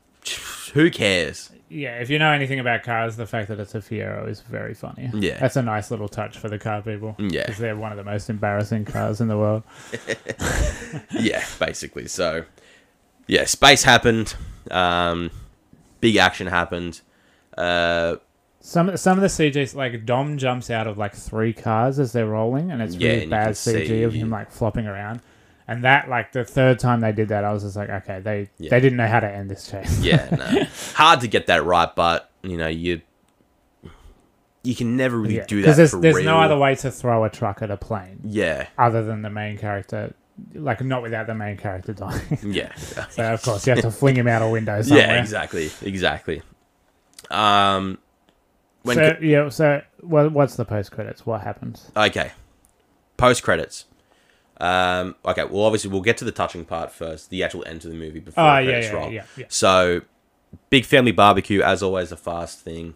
S1: who cares?
S2: yeah. If you know anything about cars, the fact that it's a Fiero is very funny.
S1: Yeah.
S2: that's a nice little touch for the car people.
S1: Yeah.
S2: because they're one of the most embarrassing cars in the world.
S1: Yeah, basically. So, yeah, space happened. Um, big action happened. Uh,
S2: Some some of the CGs like Dom jumps out of like three cars as they're rolling, and it's
S1: Yeah,
S2: really
S1: and you
S2: bad
S1: can
S2: CG of
S1: see-
S2: him like flopping around. And that like the third time they did that, I was just like, okay, they
S1: Yeah.
S2: they didn't know how to end this chase.
S1: yeah, no. Hard to get that right, but, you know, you you can never really do that
S2: there's,
S1: for
S2: there's
S1: real.
S2: no other way to throw a truck at a plane
S1: Yeah,
S2: other than the main character, like not without the main character dying.
S1: yeah.
S2: so of course you have to fling him out a window somewhere.
S1: yeah, exactly. Exactly. Um, when
S2: so yeah, so what, what's the post credits? What happens?
S1: Okay. Post credits. Um, okay. Well, obviously, we'll get to the touching part first, the actual end of the movie before
S2: Oh
S1: the
S2: yeah,
S1: credits
S2: yeah,
S1: roll.
S2: yeah, yeah.
S1: So, big family barbecue, as always, a fast thing.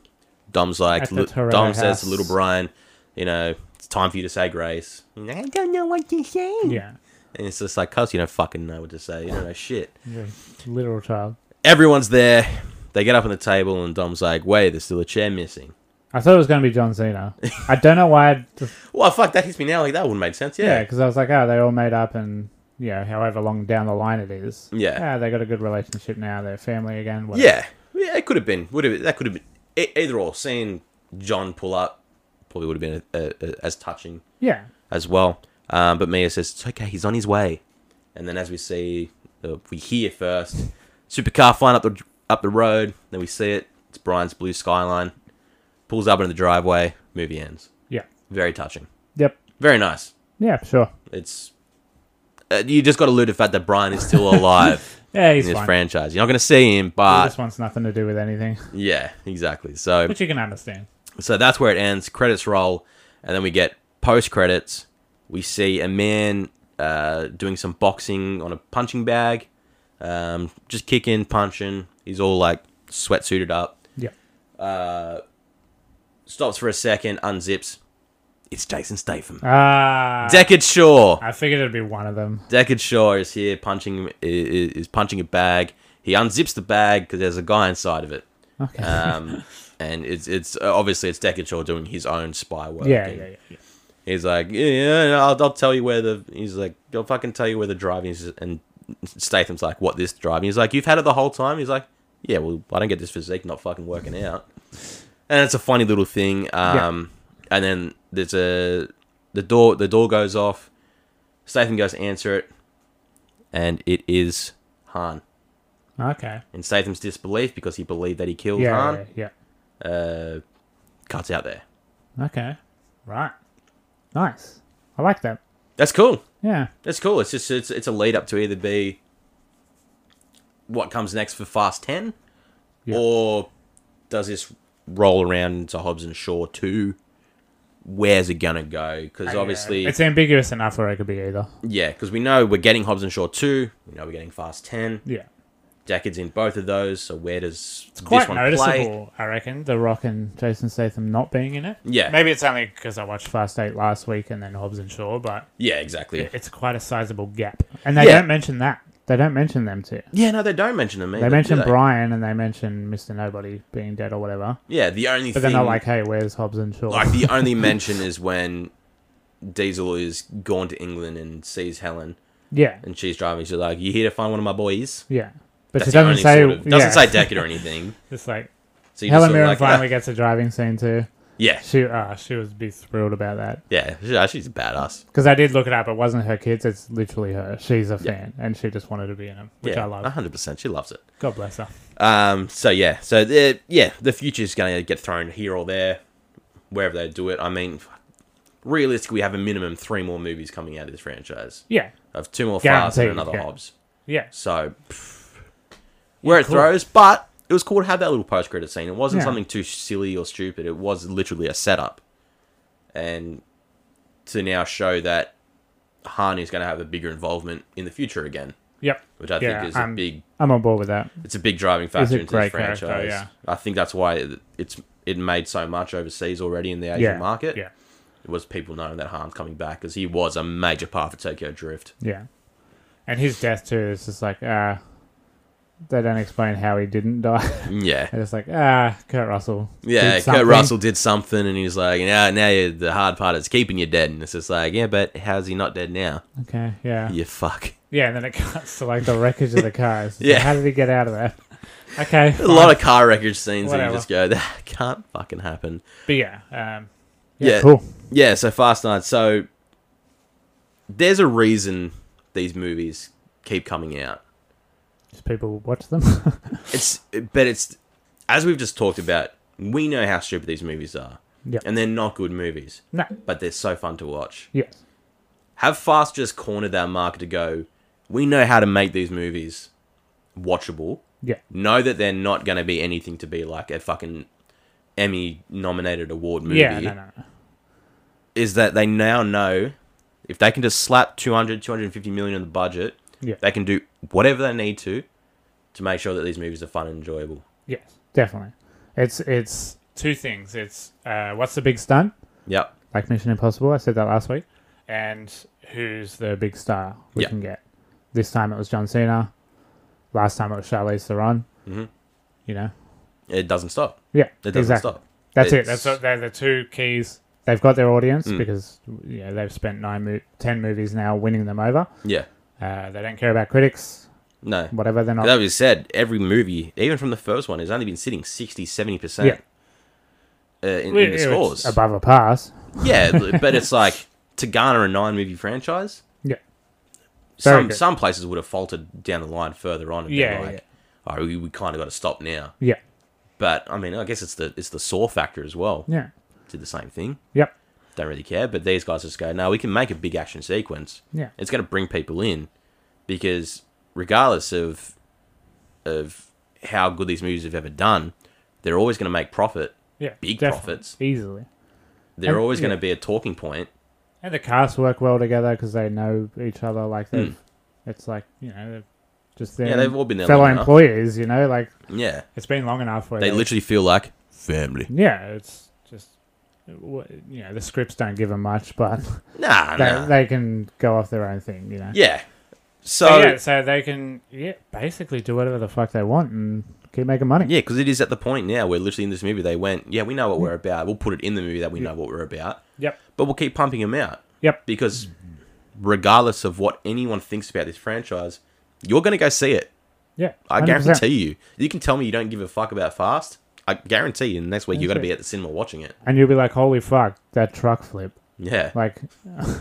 S1: Dom's like,
S2: At the
S1: li-
S2: Toretto
S1: Dom says
S2: house.
S1: to little Brian, you know, it's time for you to say grace. I don't know what to say.
S2: Yeah,
S1: And it's just like, cuz you don't fucking know what to say. You don't know shit.
S2: You're a literal child.
S1: Everyone's there. They get up on the table, and Dom's like, wait, there's still a chair missing.
S2: I thought it was going to be John Cena. I don't know why. I just
S1: Well, fuck, that hits me now. Like, that wouldn't make sense.
S2: Yeah,
S1: Yeah.
S2: because I was like, oh, they all made up, and you know, however long down the line it is,
S1: Yeah.
S2: yeah, they got a good relationship now. They're family again. whatever.
S1: Yeah, yeah, it could have been. Would have that could have been e- either or. Seeing John pull up probably would have been uh uh as touching
S2: yeah,
S1: as well. Um, but Mia says it's okay. He's on his way. And then as we see, uh, we hear first supercar flying up the up the road. Then we see it. It's Brian's blue skyline. Pulls up into the driveway. Movie ends.
S2: yeah,
S1: Very touching.
S2: yep,
S1: Very nice.
S2: yeah, sure.
S1: It's uh, you just got to allude to the fact that Brian is still alive
S2: Yeah,
S1: in
S2: he's
S1: this
S2: fine.
S1: franchise. You're not going to see him,
S2: he
S1: but
S2: just wants nothing to do with anything,
S1: yeah, exactly. So
S2: which you can understand.
S1: So that's where it ends. Credits roll, and then we get post credits. We see a man uh, doing some boxing on a punching bag, um, just kicking, punching. He's all like sweatsuited up.
S2: Yeah,
S1: Stops for a second, unzips. It's Jason Statham.
S2: Ah,
S1: Deckard Shaw.
S2: I figured it'd be one of them.
S1: Deckard Shaw is here punching is, is punching a bag. He unzips the bag because there's a guy inside of it.
S2: Okay.
S1: Um, and it's it's obviously it's Deckard Shaw doing his own spy work.
S2: yeah,
S1: and
S2: yeah, yeah, yeah.
S1: He's like, yeah, yeah, yeah, I'll, I'll tell you where the. He's like, I'll fucking tell you where the driving is. And Statham's like, what this driving? He's like, you've had it the whole time. He's like, yeah, well, I don't get this physique not fucking working out. And it's a funny little thing. Um, and then there's a the door. The door goes off. Statham goes to answer it, and it is Han.
S2: Okay.
S1: In Statham's disbelief because he believed that he killed
S2: Yeah, yeah,
S1: Han,
S2: yeah.
S1: uh, cuts out there.
S2: Okay. Right. Nice. I like that.
S1: That's cool.
S2: Yeah.
S1: That's cool. It's just it's it's a lead up to either be what comes next for Fast Ten,
S2: Yeah.
S1: or does this roll around into Hobbs and Shaw Two? Where's it gonna go? Because obviously,
S2: it's ambiguous enough where it could be either.
S1: yeah, because we know we're getting Hobbs and Shaw Two. We know we're getting Fast Ten.
S2: Yeah.
S1: Deckard's in both of those. So where does
S2: Quite
S1: this one play?
S2: noticeable, I reckon. The Rock and Jason Statham not being in it.
S1: Yeah.
S2: Maybe it's only because I watched Fast Eight last week and then Hobbs and Shaw, but
S1: Yeah, exactly. Yeah.
S2: it's quite a sizable gap. And they
S1: Yeah.
S2: don't mention that. They don't mention them too.
S1: no, they don't mention them. Either,
S2: They
S1: do
S2: mention
S1: they?
S2: Brian and they mention Mr. Nobody being dead or whatever.
S1: Yeah, the only
S2: But
S1: thing
S2: they're not like, hey, where's Hobbs and Shaw?
S1: Like the only mention is when Diesel is gone to England and sees Helen,
S2: yeah.
S1: and she's driving. She's like, "You here to find one of my boys?"
S2: Yeah. But
S1: That's
S2: she
S1: the only
S2: doesn't say.
S1: sort of- doesn't
S2: yeah.
S1: say Deckard or anything.
S2: It's like
S1: So you
S2: Helen
S1: sort of
S2: Mirren
S1: like,
S2: finally
S1: "Ah,
S2: gets a driving scene too.
S1: yeah,
S2: She uh, she would be thrilled about that
S1: yeah, she- ah, she's a badass.
S2: because I did look it up. It wasn't her kids. It's literally her. She's a fan, and she just wanted to be in them, which
S1: yeah, Uh-huh.
S2: I love.
S1: one hundred percent. She loves it.
S2: God bless her.
S1: Um, so yeah, so the, yeah, the future's going to get thrown here or there, wherever they do it. I mean, realistically, we have a minimum three more movies coming out of this franchise
S2: Yeah,
S1: of two more Fast and
S2: Guaranteed,
S1: another
S2: yeah.
S1: Hobbs.
S2: yeah,
S1: So pff, where it
S2: cool.
S1: throws, but it was cool to have that little post credit scene. It wasn't
S2: Yeah.
S1: something too silly or stupid. It was literally a setup, and to now show that Han is going to have a bigger involvement in the future again,
S2: yep.
S1: which I
S2: Yeah,
S1: think is
S2: I'm-
S1: a big
S2: I'm on board with that.
S1: it's a big driving factor
S2: a
S1: into the
S2: great character,
S1: franchise.
S2: yeah.
S1: I think that's why it- it's it made so much overseas already in the Asian
S2: Yeah,
S1: market.
S2: Yeah,
S1: It was people knowing that Han's coming back because he was a major part of Tokyo Drift.
S2: yeah. And his death too is just like uh they don't explain how he didn't die.
S1: Yeah,
S2: They're just like ah, Kurt Russell. did
S1: Yeah, Kurt
S2: something."
S1: Russell did something, and he's like, now, now you the hard part is keeping you dead, and it's just like, yeah, but how's he not dead now?
S2: Okay, yeah,
S1: You fuck.
S2: yeah. And then it cuts to like the wreckage of the cars.
S1: Yeah.
S2: yeah, how did he get out of there? Okay,
S1: A lot of car wreckage scenes that
S2: Whatever.
S1: you just go, that can't fucking happen.
S2: but yeah, um,
S1: Yeah,
S2: cool.
S1: yeah. So Fast Night. So there's a reason these movies keep coming out.
S2: Just people watch them.
S1: It's but it's as we've just talked about. We know how stupid these movies are,
S2: Yeah.
S1: and they're not good movies,
S2: no,
S1: but they're so fun to watch.
S2: yes.
S1: have Fast just cornered that market to go, we know how to make these movies watchable.
S2: Yeah.
S1: Know that they're not going to be anything to be like a fucking Emmy nominated award movie.
S2: Yeah, no, no, no.
S1: Is that they now know if they can just slap 200, 250 million in the budget,
S2: Yeah.
S1: they can do whatever they need to to make sure that these movies are fun and enjoyable.
S2: Yes, definitely. It's it's two things. It's uh, what's the big stunt?
S1: Yep.
S2: Like Mission Impossible, I said that last week. And who's the big star we
S1: Yeah.
S2: can get? This time it was John Cena. Last time it was Charlize Theron.
S1: Mhm.
S2: You know,
S1: It doesn't stop.
S2: yeah,
S1: It doesn't
S2: exactly.
S1: stop.
S2: That's it.
S1: It's-
S2: That's what- they're the two keys. They've got their audience
S1: Mm.
S2: because you know they've spent nine, mo- ten movies now winning them over.
S1: Yeah.
S2: Uh, they don't care about critics,
S1: No.
S2: whatever. They're not.
S1: That was said, every movie, even from the first one, has only been sitting 60, 70%
S2: Yeah.
S1: uh, in,
S2: Yeah,
S1: in the
S2: it's
S1: scores.
S2: above a pass.
S1: yeah, but- but it's like to garner a nine movie franchise,
S2: Yeah, Very
S1: some,
S2: good.
S1: some places would have faltered down the line further on and
S2: Yeah,
S1: been like, oh, we, we kind of got to stop now.
S2: yeah,
S1: But I mean, I guess it's the it's the saw factor as well.
S2: yeah.
S1: Did the same thing.
S2: Yep.
S1: Don't really care. But these guys just go, no, we can make a big action sequence.
S2: Yeah.
S1: It's going to bring people in because regardless of of how good these movies have ever done, they're always going to make profit.
S2: Yeah.
S1: Big profits.
S2: Easily.
S1: They're
S2: And-
S1: always going to
S2: yeah.
S1: be a talking point.
S2: And the cast work well together because they know each other. Like, they've, it's like, you know, they're just their
S1: Hmm. Yeah, they've all been there
S2: fellow
S1: long enough.
S2: employees, you know, like
S1: Yeah.
S2: it's been long enough where
S1: They
S2: they-
S1: literally feel like family.
S2: Yeah, it's just, w- you know the scripts don't give them much, but
S1: Nah,
S2: they,
S1: nah.
S2: they can go off their own thing, you know.
S1: yeah.
S2: So,
S1: So
S2: yeah, so they can yeah basically do whatever the fuck they want and keep making money.
S1: Yeah, because it is at the point now where literally in this movie they went, yeah, we know what we're about. We'll put it in the movie that we know what we're about,
S2: Yep.
S1: but we'll keep pumping them out
S2: Yep.
S1: because regardless of what anyone thinks about this franchise, you're going to go see it.
S2: Yeah.
S1: I
S2: 100%.
S1: guarantee you. You can tell me you don't give a fuck about Fast. I guarantee you next week you're going to
S2: That's
S1: be
S2: it.
S1: at the cinema watching it.
S2: And you'll be like, holy fuck, that truck flip.
S1: Yeah.
S2: Like,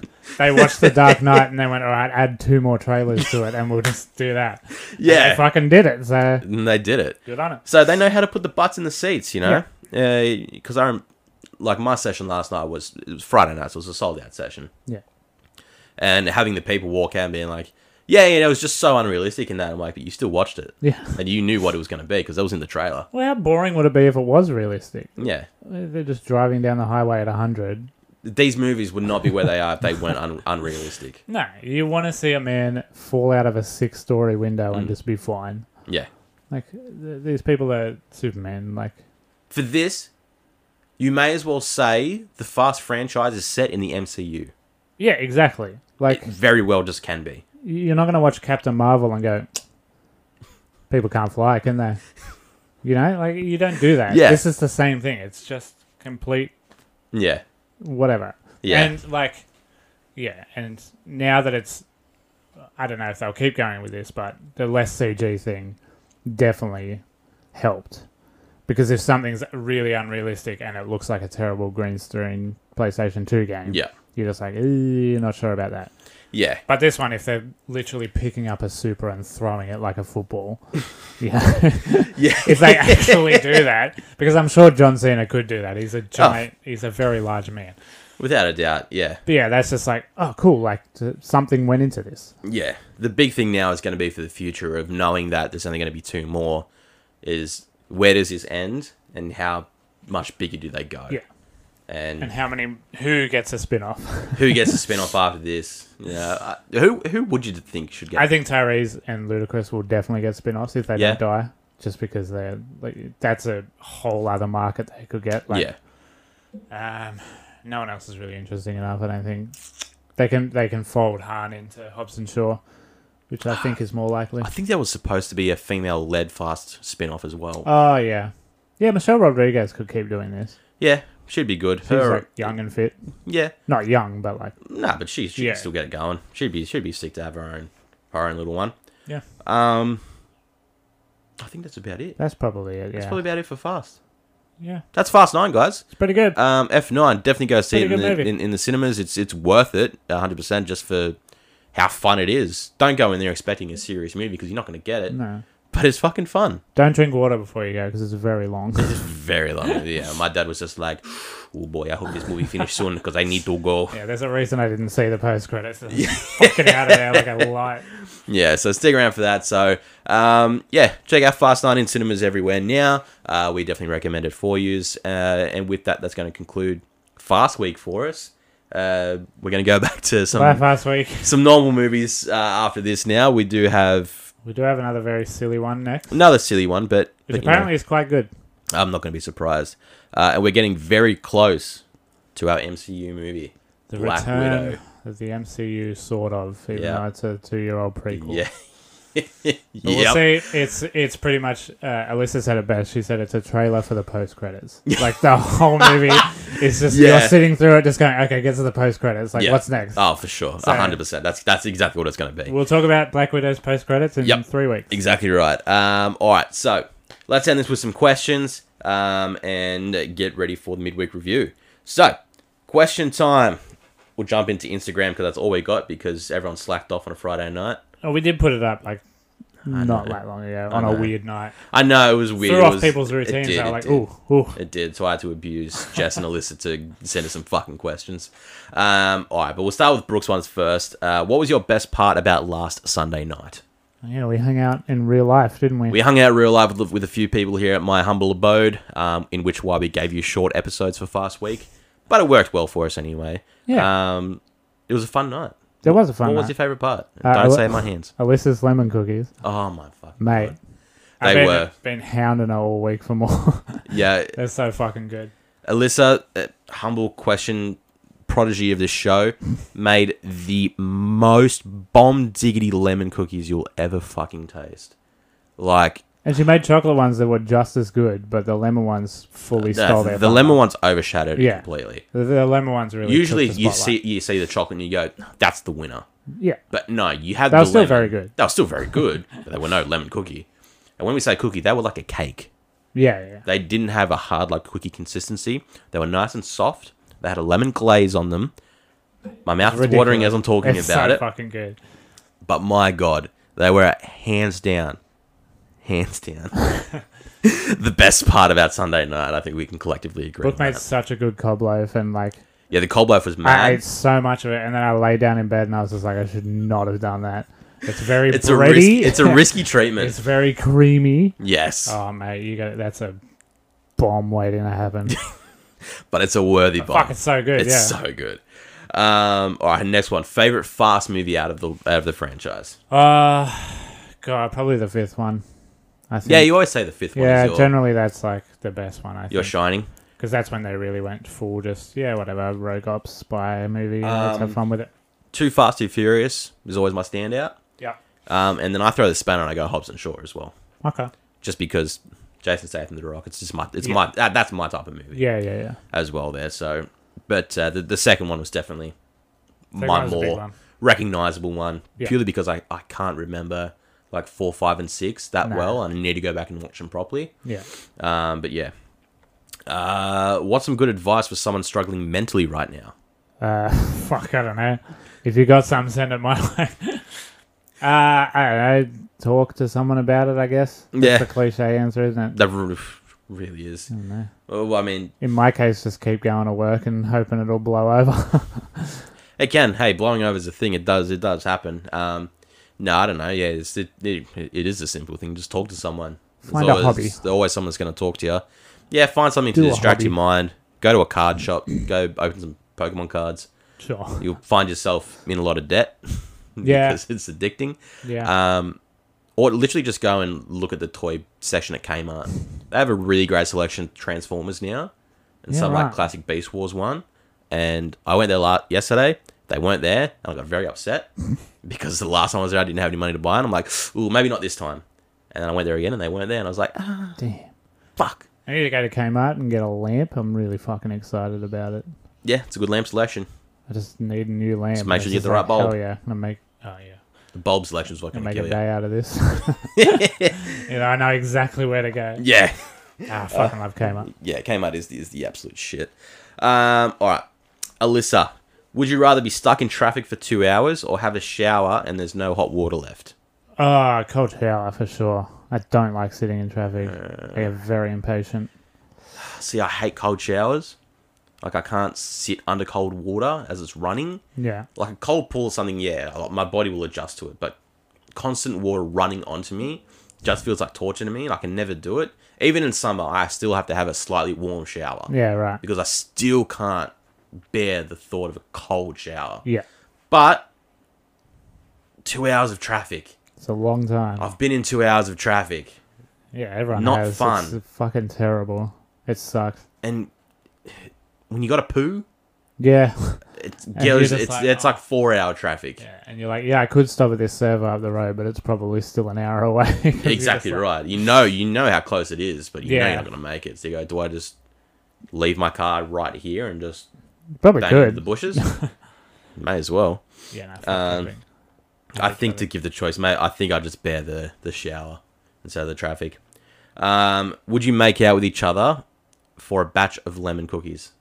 S2: they watched The Dark Knight and they went, all right, add two more trailers to it and we'll just do that. And they
S1: Yeah.
S2: fucking did it. So,
S1: And they did it.
S2: good on it.
S1: So they know how to put the butts in the seats, you know? Because I rem like my session last night was, it was Friday night, so it was a sold out session.
S2: Yeah.
S1: and having the people walk out and being like, yeah, yeah, it was just so unrealistic and that. I'm like, but you still watched it.
S2: Yeah.
S1: And you knew what it was going to be because that was in the trailer.
S2: Well, how boring would it be if it was realistic?
S1: Yeah.
S2: They're just driving down the highway at 100.
S1: These movies would not be where they are if they weren't un- unrealistic.
S2: No, you want to see a man fall out of a six story window and just be fine.
S1: Yeah.
S2: Like, th- these people are Superman. Like,
S1: For this, you may as well say the Fast franchise is set in the MCU.
S2: yeah, exactly. Like,
S1: It very well just can be.
S2: you're not going to watch Captain Marvel and go, people can't fly, can they? You know, like you don't do that.
S1: Yeah.
S2: This is the same thing. It's just complete
S1: Yeah.
S2: whatever.
S1: Yeah.
S2: And like, yeah. And now that it's, I don't know if they'll keep going with this, but the less CG thing definitely helped. Because if something's really unrealistic and it looks like a terrible green screen PlayStation 2 game,
S1: Yeah.
S2: you're just like, "Eee, not sure about that.
S1: Yeah.
S2: But this one, if they're literally picking up a super and throwing it like a football, yeah,
S1: Yeah.
S2: if they actually do that, because I'm sure John Cena could do that. He's a giant, he's a very large man.
S1: Without a doubt. Yeah.
S2: But yeah, that's just like, oh, cool, like t- something went into this.
S1: Yeah. The big thing now is going to be for the future of knowing that there's only going to be two more is where does this end and how much bigger do they go?
S2: Yeah. And
S1: And
S2: how many, who gets a spin off?
S1: who gets a spin off after this? Yeah. I- Who who would you think should get
S2: I think Tyrese and Ludacris will definitely get spin offs if they
S1: Yeah.
S2: don't die, just because they're like, that's a whole other market they could get. Like,
S1: Yeah.
S2: Um, no one else is really interesting enough. I don't think they can they can fold Hahn into Hobson Shaw, which I think is more likely.
S1: I think there was supposed to be a female led fast spin off as well.
S2: Oh yeah, yeah. Michelle Rodriguez could keep doing this.
S1: yeah. She'd be good.
S2: She's
S1: Her,
S2: like young and fit.
S1: yeah.
S2: Not young, but like
S1: Nah, but she she
S2: Yeah.
S1: can still get it going. She'd be she'd be sick to have her own her own little one.
S2: yeah.
S1: Um I think that's about it.
S2: That's probably it. Yeah,
S1: That's probably about it for fast.
S2: yeah.
S1: That's fast nine, guys.
S2: It's pretty good.
S1: Um, F nine definitely go see it
S2: Pretty
S1: in
S2: good
S1: the,
S2: movie.
S1: in, in the cinemas. It's it's worth it, hundred percent, just for how fun it is. Don't go in there expecting a serious movie because you're not going to get it.
S2: no,
S1: But it's fucking fun.
S2: don't drink water before you go because it's very long.
S1: It's very long. movie, yeah, my dad was just like, "Oh boy, I hope this movie finishes soon because I need to go."
S2: yeah, there's a reason I didn't see the post credits. Fucking out of there like a light.
S1: Yeah, so stick around for that. So, um, yeah, check out Fast Nine in cinemas everywhere now. Uh, we definitely recommend it for yous. Uh, and with that, that's going to conclude Fast Week for us. Uh, we're going to go back to some
S2: Bye, fast week.
S1: some normal movies uh, after this. Now we do have
S2: We do have another very silly one next, which
S1: another silly one, but, but, you know,
S2: apparently is quite good.
S1: I'm not going to be surprised. Uh, and we're getting very close to our MCU movie,
S2: The
S1: Black
S2: return
S1: Widow.
S2: of the MCU, sort of, even
S1: Yeah.
S2: though it's a two-year-old prequel.
S1: Yeah,
S2: But
S1: Yep.
S2: We'll see. It's it's pretty much. Uh, Alyssa said it best. She said it's a trailer for the post credits. like the whole movie is just
S1: Yeah.
S2: you're sitting through it, just going, okay, get to the post credits. Like,
S1: Yeah.
S2: what's next?
S1: Oh, for sure,
S2: So-
S1: hundred percent. That's that's exactly what it's going to be.
S2: We'll talk about Black Widow's post credits in
S1: Yep.
S2: three weeks.
S1: Exactly right. Um, all right, so let's end this with some questions um, and get ready for the midweek review. So, question time. We'll jump into Instagram because that's all we got because everyone slacked off on a Friday night.
S2: Oh, we did put it up like not
S1: know.
S2: that long ago
S1: I
S2: on a
S1: know.
S2: weird night.
S1: I know it was weird.
S2: Threw
S1: It
S2: off
S1: was-
S2: people's
S1: it
S2: routines.
S1: did,
S2: They were
S1: it
S2: like,
S1: did.
S2: ooh, ooh.
S1: It did, so I had to abuse Jess and Alyssa to send us some fucking questions. Um, all right, but we'll start with Brooks ones first. Uh, what was your best part about last Sunday night?
S2: Yeah, we hung out in real life, didn't we?
S1: We hung out real life with, with a few people here at my humble abode, um, in which why we gave you short episodes for Fast Week, but it worked well for us anyway.
S2: Yeah.
S1: Um, it was a fun night.
S2: there was a fun
S1: what
S2: night.
S1: was your favorite part?
S2: Uh,
S1: Don't
S2: I-
S1: say my hands.
S2: Alyssa's lemon cookies,
S1: Oh my fucking
S2: mate.
S1: God.
S2: I've
S1: They
S2: been,
S1: were.
S2: been hounding her all week for more.
S1: Yeah,
S2: They're so fucking good.
S1: Alyssa, uh, humble question, prodigy of this show, made the most bomb diggity lemon cookies you'll ever fucking taste. Like,
S2: And she made chocolate ones that were just as good, but the lemon ones fully stole
S1: the,
S2: their.
S1: the
S2: thunder.
S1: lemon ones overshadowed it
S2: Yeah.
S1: completely.
S2: The, the lemon ones really. took
S1: Usually,
S2: the
S1: you
S2: spotlight.
S1: see you see the chocolate and you go, "That's the winner."
S2: Yeah,
S1: But no, you had
S2: They
S1: the
S2: were still
S1: lemon.
S2: very good.
S1: They were still very good, but they were no lemon cookie. And when we say cookie, they were like a cake.
S2: yeah, yeah.
S1: They didn't have a hard like cookie consistency. They were nice and soft. They had a lemon glaze on them. My mouth is
S2: ridiculous.
S1: watering as I'm talking
S2: It's
S1: about
S2: so
S1: it.
S2: fucking good.
S1: But my god, they were hands down, hands down, the best part about Sunday night. I think we can collectively agree. on
S2: Brooke made
S1: that.
S2: such a good cob loaf, and like
S1: Yeah, the cold loaf was
S2: I
S1: mad.
S2: ate so much of it, and then I lay down in bed, and I was just like, I should not have done that. It's very
S1: it's a
S2: bready.
S1: risk, It's a risky treatment.
S2: It's very creamy.
S1: yes,
S2: Oh mate, you got that's a bomb waiting to happen.
S1: but it's a worthy bomb.
S2: Fuck, it's so good.
S1: It's
S2: yeah.
S1: so good. Um, all right, next one. Favorite fast movie out of the out of the franchise.
S2: Uh God, probably the fifth one. I think.
S1: Yeah, you always say the fifth one.
S2: yeah.
S1: is your,
S2: generally, that's like the best one. I
S1: your
S2: think
S1: Shining.
S2: because that's when they really went full. Just yeah, whatever. Rogue ops spy movie. let's
S1: Um,
S2: have fun with it.
S1: Too Fast, Too Furious is always my standout.
S2: Yeah.
S1: Um, and then I throw the spanner and I go Hobbs and Shaw as well,
S2: Okay.
S1: just because Jason Statham, The Rock. It's just my it's
S2: Yeah.
S1: my that, that's my type of movie
S2: Yeah, yeah, yeah.
S1: as well there. So, but uh, the the second one was definitely my
S2: one was a big
S1: more
S2: one.
S1: recognizable one,
S2: Yeah.
S1: purely because I I can't remember like four, five, and six that
S2: Nah.
S1: well, and I need to go back and watch them properly.
S2: Yeah.
S1: Um, but yeah. Uh, what's some good advice for someone struggling mentally right now?
S2: Uh, fuck, I don't know. If you got some, send it my way. uh, I don't know. Talk to someone about it. I guess. That's
S1: Yeah.
S2: The cliche answer, isn't it?
S1: That r- really is.
S2: I don't know.
S1: Well, I mean,
S2: In my case, just keep going to work and hoping it'll blow over.
S1: again, hey, blowing over is a thing. It does. It does happen. Um, no, I don't know. Yeah, it's, it, it, it is a simple thing. Just talk to someone. There's
S2: Find a
S1: always,
S2: hobby.
S1: there's always someone's going to talk to you. Yeah, find something to
S2: Do a
S1: distract
S2: hobby.
S1: your mind. Go to a card shop. Go open some Pokemon cards.
S2: sure.
S1: You'll find yourself in a lot of debt.
S2: Yeah.
S1: because it's addicting.
S2: Yeah.
S1: Um, or literally just go and look at the toy section at Kmart. They have a really great selection of Transformers now, and
S2: Yeah,
S1: some like
S2: right.
S1: classic Beast Wars one. And I went there la- yesterday. They weren't there, and I got very upset because the last time I was there, I didn't have any money to buy, and I'm like, "Ooh, maybe not this time." And then I went there again, and they weren't there, and I was like, ah,
S2: Damn.
S1: "Fuck."
S2: I need to go to Kmart and get a lamp. I'm really fucking excited about it.
S1: Yeah, it's a good lamp selection.
S2: I just need a new lamp.
S1: make
S2: It's
S1: sure you get
S2: just
S1: the right
S2: like,
S1: bulb.
S2: Hell yeah, I'm gonna make. Oh yeah,
S1: The bulb selection is what
S2: I'm
S1: can
S2: gonna make
S1: kill
S2: a
S1: you.
S2: day out of this. you know, I know exactly where to go.
S1: Yeah,
S2: Ah, I
S1: Uh,
S2: fucking love Kmart.
S1: yeah, Kmart is the, is the absolute shit. Um, all right, Alyssa, would you rather be stuck in traffic for two hours or have a shower and there's no hot water left?
S2: Oh, cold shower for sure. I don't like sitting in traffic. I get very impatient.
S1: See, I hate cold showers. Like I can't sit under cold water as it's running.
S2: Yeah,
S1: Like a cold pool or something, yeah, like, my body will adjust to it. But constant water running onto me just feels like torture to me, and I can never do it. Even in summer, I still have to have a slightly warm shower
S2: yeah, right.
S1: because I still can't bear the thought of a cold shower.
S2: Yeah,
S1: But two hours of traffic.
S2: it's a long time.
S1: I've been in two hours of traffic,
S2: yeah, everyone
S1: Oh, not
S2: has.
S1: fun.
S2: It's fucking terrible. It sucks.
S1: and when you got to poo,
S2: Yeah.
S1: it
S2: you're
S1: goes.
S2: just
S1: It's
S2: like,
S1: it's
S2: "Oh."
S1: like four hour traffic.
S2: yeah, and you're like, yeah, I could stop at this server up the road, but it's probably still an hour away. You're just
S1: Exactly
S2: like,
S1: right. You know, you know how close it is, but you know
S2: Yeah.
S1: you're not gonna make it. So you go, do I just leave my car right here and just
S2: Probably
S1: bang into
S2: good.
S1: the bushes? May as well.
S2: Yeah, no, fuck
S1: Um,
S2: traffic.
S1: I think to give the choice, mate. I think I just bear the the shower instead of the traffic. Um, would you make out with each other for a batch of lemon cookies?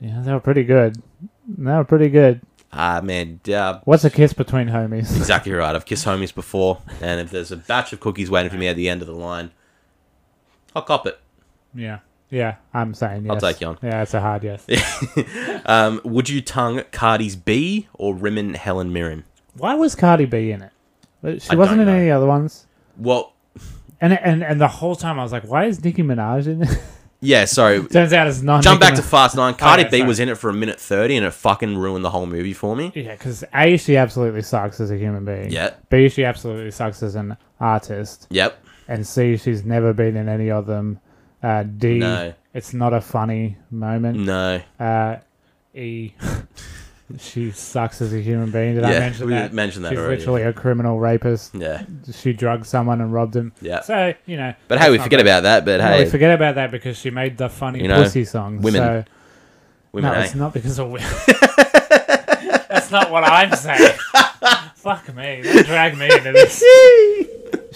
S2: Yeah, they were pretty good. They were pretty good.
S1: Ah, man, uh,
S2: What's a kiss between homies?
S1: Exactly right. I've kissed homies before, and if there's a batch of cookies waiting for me at the end of the line, I'll cop it.
S2: Yeah. Yeah, I'm saying yes.
S1: take you on.
S2: Yeah, it's a hard yes.
S1: Um, would you tongue Cardi's B or Rimmon Helen Mirren?
S2: Why was Cardi B in it? But She
S1: I
S2: wasn't in
S1: don't know.
S2: any other ones.
S1: Well,
S2: And, and and the whole time I was like, why is Nicki Minaj in this?
S1: yeah. Sorry.
S2: Turns out it's not.
S1: Jump
S2: Nicki
S1: back to
S2: Minaj.
S1: Fast Nine. Cardi
S2: yeah,
S1: B
S2: sorry.
S1: was in it for a minute thirty, and it fucking ruined the whole movie for me.
S2: yeah, because A, she absolutely sucks as a human being.
S1: Yeah.
S2: B, she absolutely sucks as an artist.
S1: Yep.
S2: And C, she's never been in any of them. Uh, D.
S1: No. Mm.
S2: It's not a funny moment.
S1: No.
S2: Uh, e. she sucks as a human being. Did I
S1: yeah,
S2: mention
S1: we
S2: that?
S1: mentioned that
S2: She's
S1: already.
S2: literally a criminal rapist.
S1: Yeah,
S2: She drugged someone and robbed him.
S1: yeah.
S2: So you know.
S1: Uh, But hey, we
S2: that's not
S1: forget
S2: bad.
S1: about that. But
S2: Well,
S1: hey,
S2: we forget about that because she made the funny
S1: You know,
S2: pussy song.
S1: women.
S2: So,
S1: women,
S2: no,
S1: eh?
S2: it's not because of women. That's not what I'm saying. Fuck me. Don't drag me into this.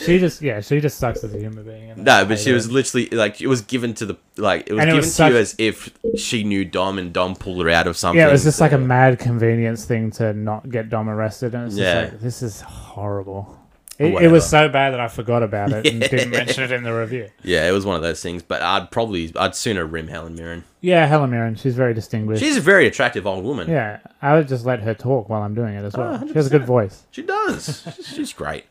S2: She just, yeah, she just sucks as a human being. and I
S1: No, but
S2: hate
S1: she
S2: her.
S1: was literally like it was given to the like it was
S2: And it
S1: given
S2: was
S1: to you
S2: such-
S1: as if she knew Dom and Dom pulled her out of something.
S2: Yeah, it was just like a
S1: so-
S2: mad convenience thing to not get Dom arrested, and it's just
S1: Yeah.
S2: like this is horrible. It, it
S1: Whatever.
S2: was so bad that I forgot about it and didn't mention it in the review.
S1: yeah, it was one of those things. But I'd probably I'd sooner rim Helen Mirren.
S2: Yeah, Helen Mirren, she's very distinguished.
S1: She's a very attractive old woman.
S2: yeah, I would just let her talk while I'm doing it as well.
S1: Oh,
S2: she has a good voice.
S1: She does. She's great.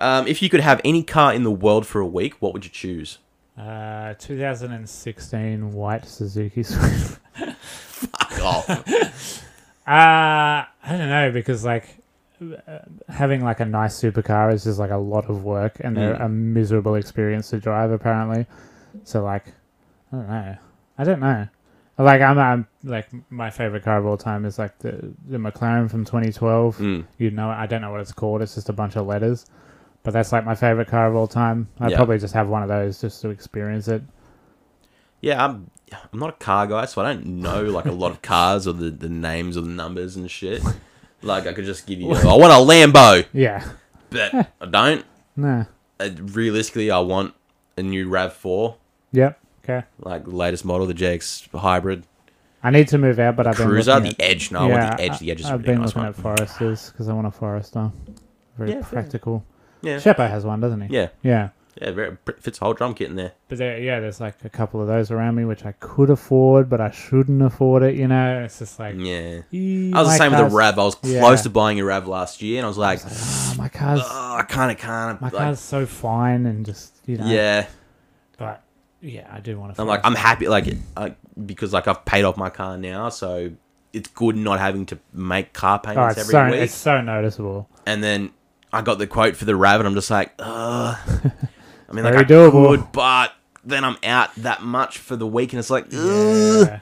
S1: Um, if you could have any car in the world for a week, what would you choose?
S2: Uh, 2016 white Suzuki Swift.
S1: Oh,
S2: Uh, I don't know because like uh, having like a nice supercar is just like a lot of work and they're
S1: Mm.
S2: a miserable experience to drive apparently. So like, I don't know. I don't know. Like I'm, I'm like my favorite car of all time is like the the McLaren from 2012.
S1: Mm.
S2: You know, I don't know what it's called. It's just a bunch of letters. But that's like my favorite car of all time. I would
S1: Yeah.
S2: probably just have one of those just to experience it.
S1: yeah, I'm. I'm not a car guy, so I don't know like a lot of cars or the, the names or the numbers and shit. Like I could just give you. I want a Lambo,
S2: Yeah.
S1: but I don't.
S2: Nah.
S1: uh, realistically, I want a new Rav Four,
S2: Yep. Okay.
S1: like the latest model, the JX hybrid
S2: I need to move out, but I've been
S1: cruiser,
S2: looking
S1: the
S2: at-
S1: Edge. No, I want the Edge. The Edge is a
S2: I've
S1: really
S2: been
S1: nice
S2: looking
S1: one.
S2: at foresters because I want a forester. Very
S1: Yeah, fair.
S2: practical.
S1: Yeah,
S2: Shepo has one, doesn't he?
S1: yeah,
S2: Yeah.
S1: yeah. Very fits a whole drum kit in there.
S2: But there, yeah, there's like a couple of those around me which I could afford, but I shouldn't afford it. You know, it's just like
S1: Yeah.
S2: "Ee,
S1: Mm. I was the
S2: my
S1: same with
S2: car's-
S1: the Rav. I was
S2: Yeah.
S1: close to buying a Rav last year, and I was like,
S2: Oh, my car's
S1: "Oh, I kind of can't.
S2: my
S1: Like,
S2: car's so fine and just you know.
S1: yeah,
S2: But yeah, I do want to.
S1: I'm like, I'm happy, like, it- I, because like I've paid off my car now, so it's good not having to make car
S2: Oh,
S1: payments
S2: it's
S1: every
S2: so
S1: week.
S2: it's so noticeable.
S1: and then I got the quote for the rabbit. I'm just like, ugh. I mean, like,
S2: Very
S1: I
S2: doable.
S1: could, but then I'm out that much for the week, and it's like, ugh.
S2: Yeah.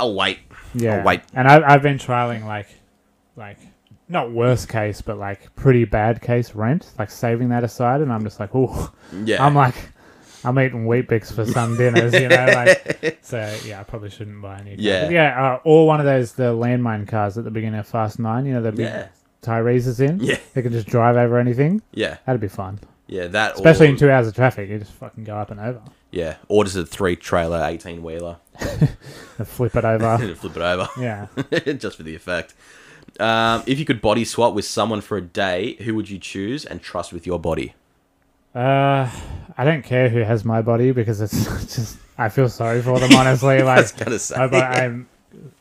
S1: I'll wait.
S2: Yeah.
S1: wait.
S2: And I've, I've been trialing like, like not worst case, but like pretty bad case rent, like saving that aside. And I'm just like, oh,
S1: Yeah,
S2: I'm like, I'm eating wheat bix for some dinners, you know. Like, so yeah, I probably shouldn't buy any.
S1: Yeah.
S2: yeah, uh, or one of those the landmine cars at the beginning of Fast Nine. You know, the big
S1: Yeah.
S2: Tyrese is in.
S1: Yeah.
S2: They can just drive over anything.
S1: yeah,
S2: That'd be fun,
S1: yeah. That
S2: especially
S1: or,
S2: in two hours of traffic. You just fucking go up and over
S1: yeah, or just a three trailer, eighteen wheeler,
S2: and flip it over.
S1: flip it over,
S2: yeah.
S1: just for the effect. Um, if you could body swap with someone for a day, who would you choose and trust with your body?
S2: Uh, I don't care who has my body because it's just I feel sorry for them honestly.
S1: I
S2: like
S1: was gonna say,
S2: I, I'm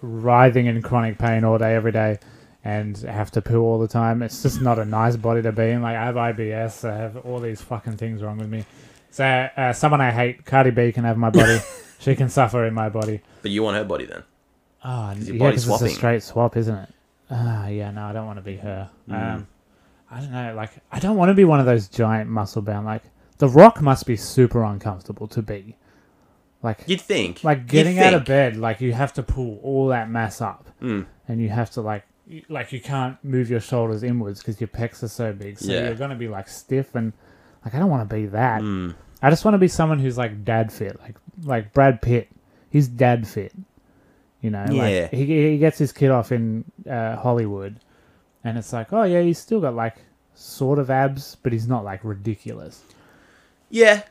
S2: writhing in chronic pain all day, every day, and have to poo all the time. It's just not a nice body to be in. Like I have IBS, I have all these fucking things wrong with me. So uh, someone I hate, Cardi B, can have my body. she can suffer in my body.
S1: but you want her body then?
S2: Oh,
S1: your
S2: yeah,
S1: body
S2: because it's a
S1: swapping.
S2: straight swap, isn't it? Ah, yeah. No, I don't want to be her.
S1: Mm.
S2: Um, I don't know. Like, I don't want to be one of those giant muscle bound. Like, The Rock must be super uncomfortable to be. Like,
S1: You'd think,
S2: like
S1: You'd
S2: getting out of
S1: think.
S2: bed. Like, you have to pull all that mass up,
S1: Mm.
S2: and you have to like, y- like you can't move your shoulders inwards because your pecs are so big. So
S1: Yeah.
S2: you're gonna be like stiff and. Like I don't want to be that.
S1: Mm.
S2: I just want to be someone who's like dad fit, like like Brad Pitt. He's dad fit, you know.
S1: Yeah.
S2: Like he he gets his kid off in uh, Hollywood, and it's like, oh yeah, he's still got like sort of abs, but he's not like ridiculous.
S1: Yeah,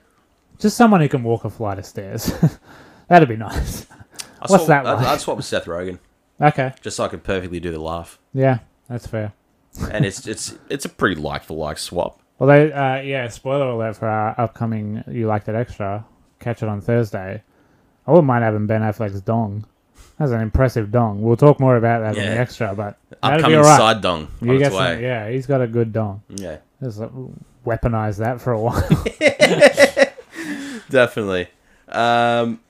S2: Just someone who can walk a flight of stairs. That'd be nice.
S1: I
S2: What's that
S1: I'd,
S2: like?
S1: I'd swap with Seth Rogen
S2: Okay,
S1: just so I could perfectly do the laugh.
S2: yeah, that's fair.
S1: and it's it's it's a pretty like for like swap.
S2: Although, uh, yeah, spoiler alert for our upcoming You Like That Extra. Catch it on Thursday. I wouldn't mind having Ben Affleck's dong. That's an impressive dong. We'll talk more about that in
S1: Yeah.
S2: the extra, but that'll be
S1: Upcoming
S2: all right.
S1: side dong on
S2: you
S1: its
S2: get some-
S1: way.
S2: yeah, he's got a good dong.
S1: yeah.
S2: Just like, weaponize that for a while.
S1: definitely. Um,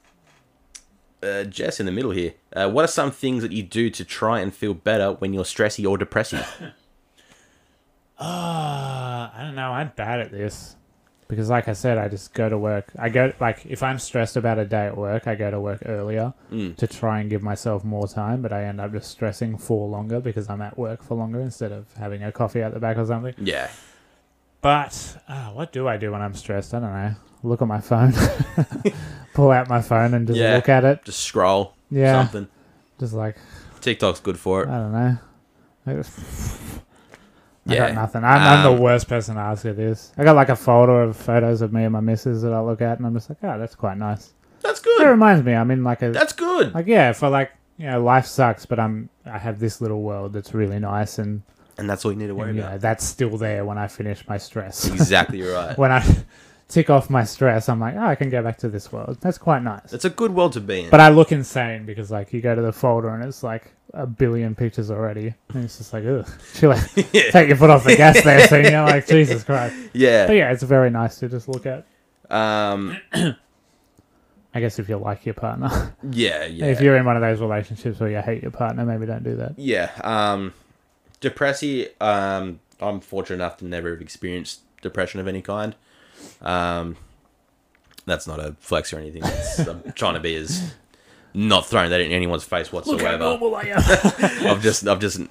S1: uh, Jess in the middle here. Uh, what are some things that you do to try and feel better when you're stressy or depressive?
S2: uh, I don't know. I'm bad at this. because like I said, I just go to work. I go like if I'm stressed about a day at work, I go to work earlier
S1: Hmm.
S2: to try and give myself more time, but I end up just stressing for longer because I'm at work for longer instead of having a coffee out the back or something.
S1: Yeah.
S2: But uh, what do I do when I'm stressed? I don't know. Look at my phone. Pull out my phone and just
S1: Yeah.
S2: look at it.
S1: Just scroll.
S2: Yeah.
S1: Something.
S2: Just like
S1: TikTok's good for it.
S2: I don't know. I I
S1: yeah.
S2: got nothing. I'm, I'm
S1: Um,
S2: the worst person to ask you this. I got like a folder of photos of me and my missus that I look at, and I'm just like, oh, that's quite nice.
S1: That's
S2: It
S1: good.
S2: reminds me, I'm in like a
S1: That's good.
S2: like yeah, for like you know, life sucks, but I'm I have this little world that's really nice, and,
S1: And that's all you need to worry
S2: and you know,
S1: about.
S2: that's still there when I finish my stress.
S1: Exactly right.
S2: when I tick off my stress, I'm like, oh, I can go back to this world. That's quite nice.
S1: It's a good world to be in.
S2: But I look insane because like you go to the folder and it's like a billion pictures already, and it's just like, ugh, chill out. Take your foot off the gas there, senior. Like Jesus Christ. But
S1: yeah.
S2: yeah, it's very nice to just look at.
S1: Um.
S2: I guess if you like your partner,
S1: Yeah. Yeah.
S2: if you're in one of those relationships where you hate your partner, maybe don't do that.
S1: Yeah. Um, depressi. Um, I'm fortunate enough to never have experienced depression of any kind. Um, that's not a flex or anything. That's, I'm trying to be as not throwing that in anyone's face whatsoever.
S2: I am.
S1: I've just, I've just n-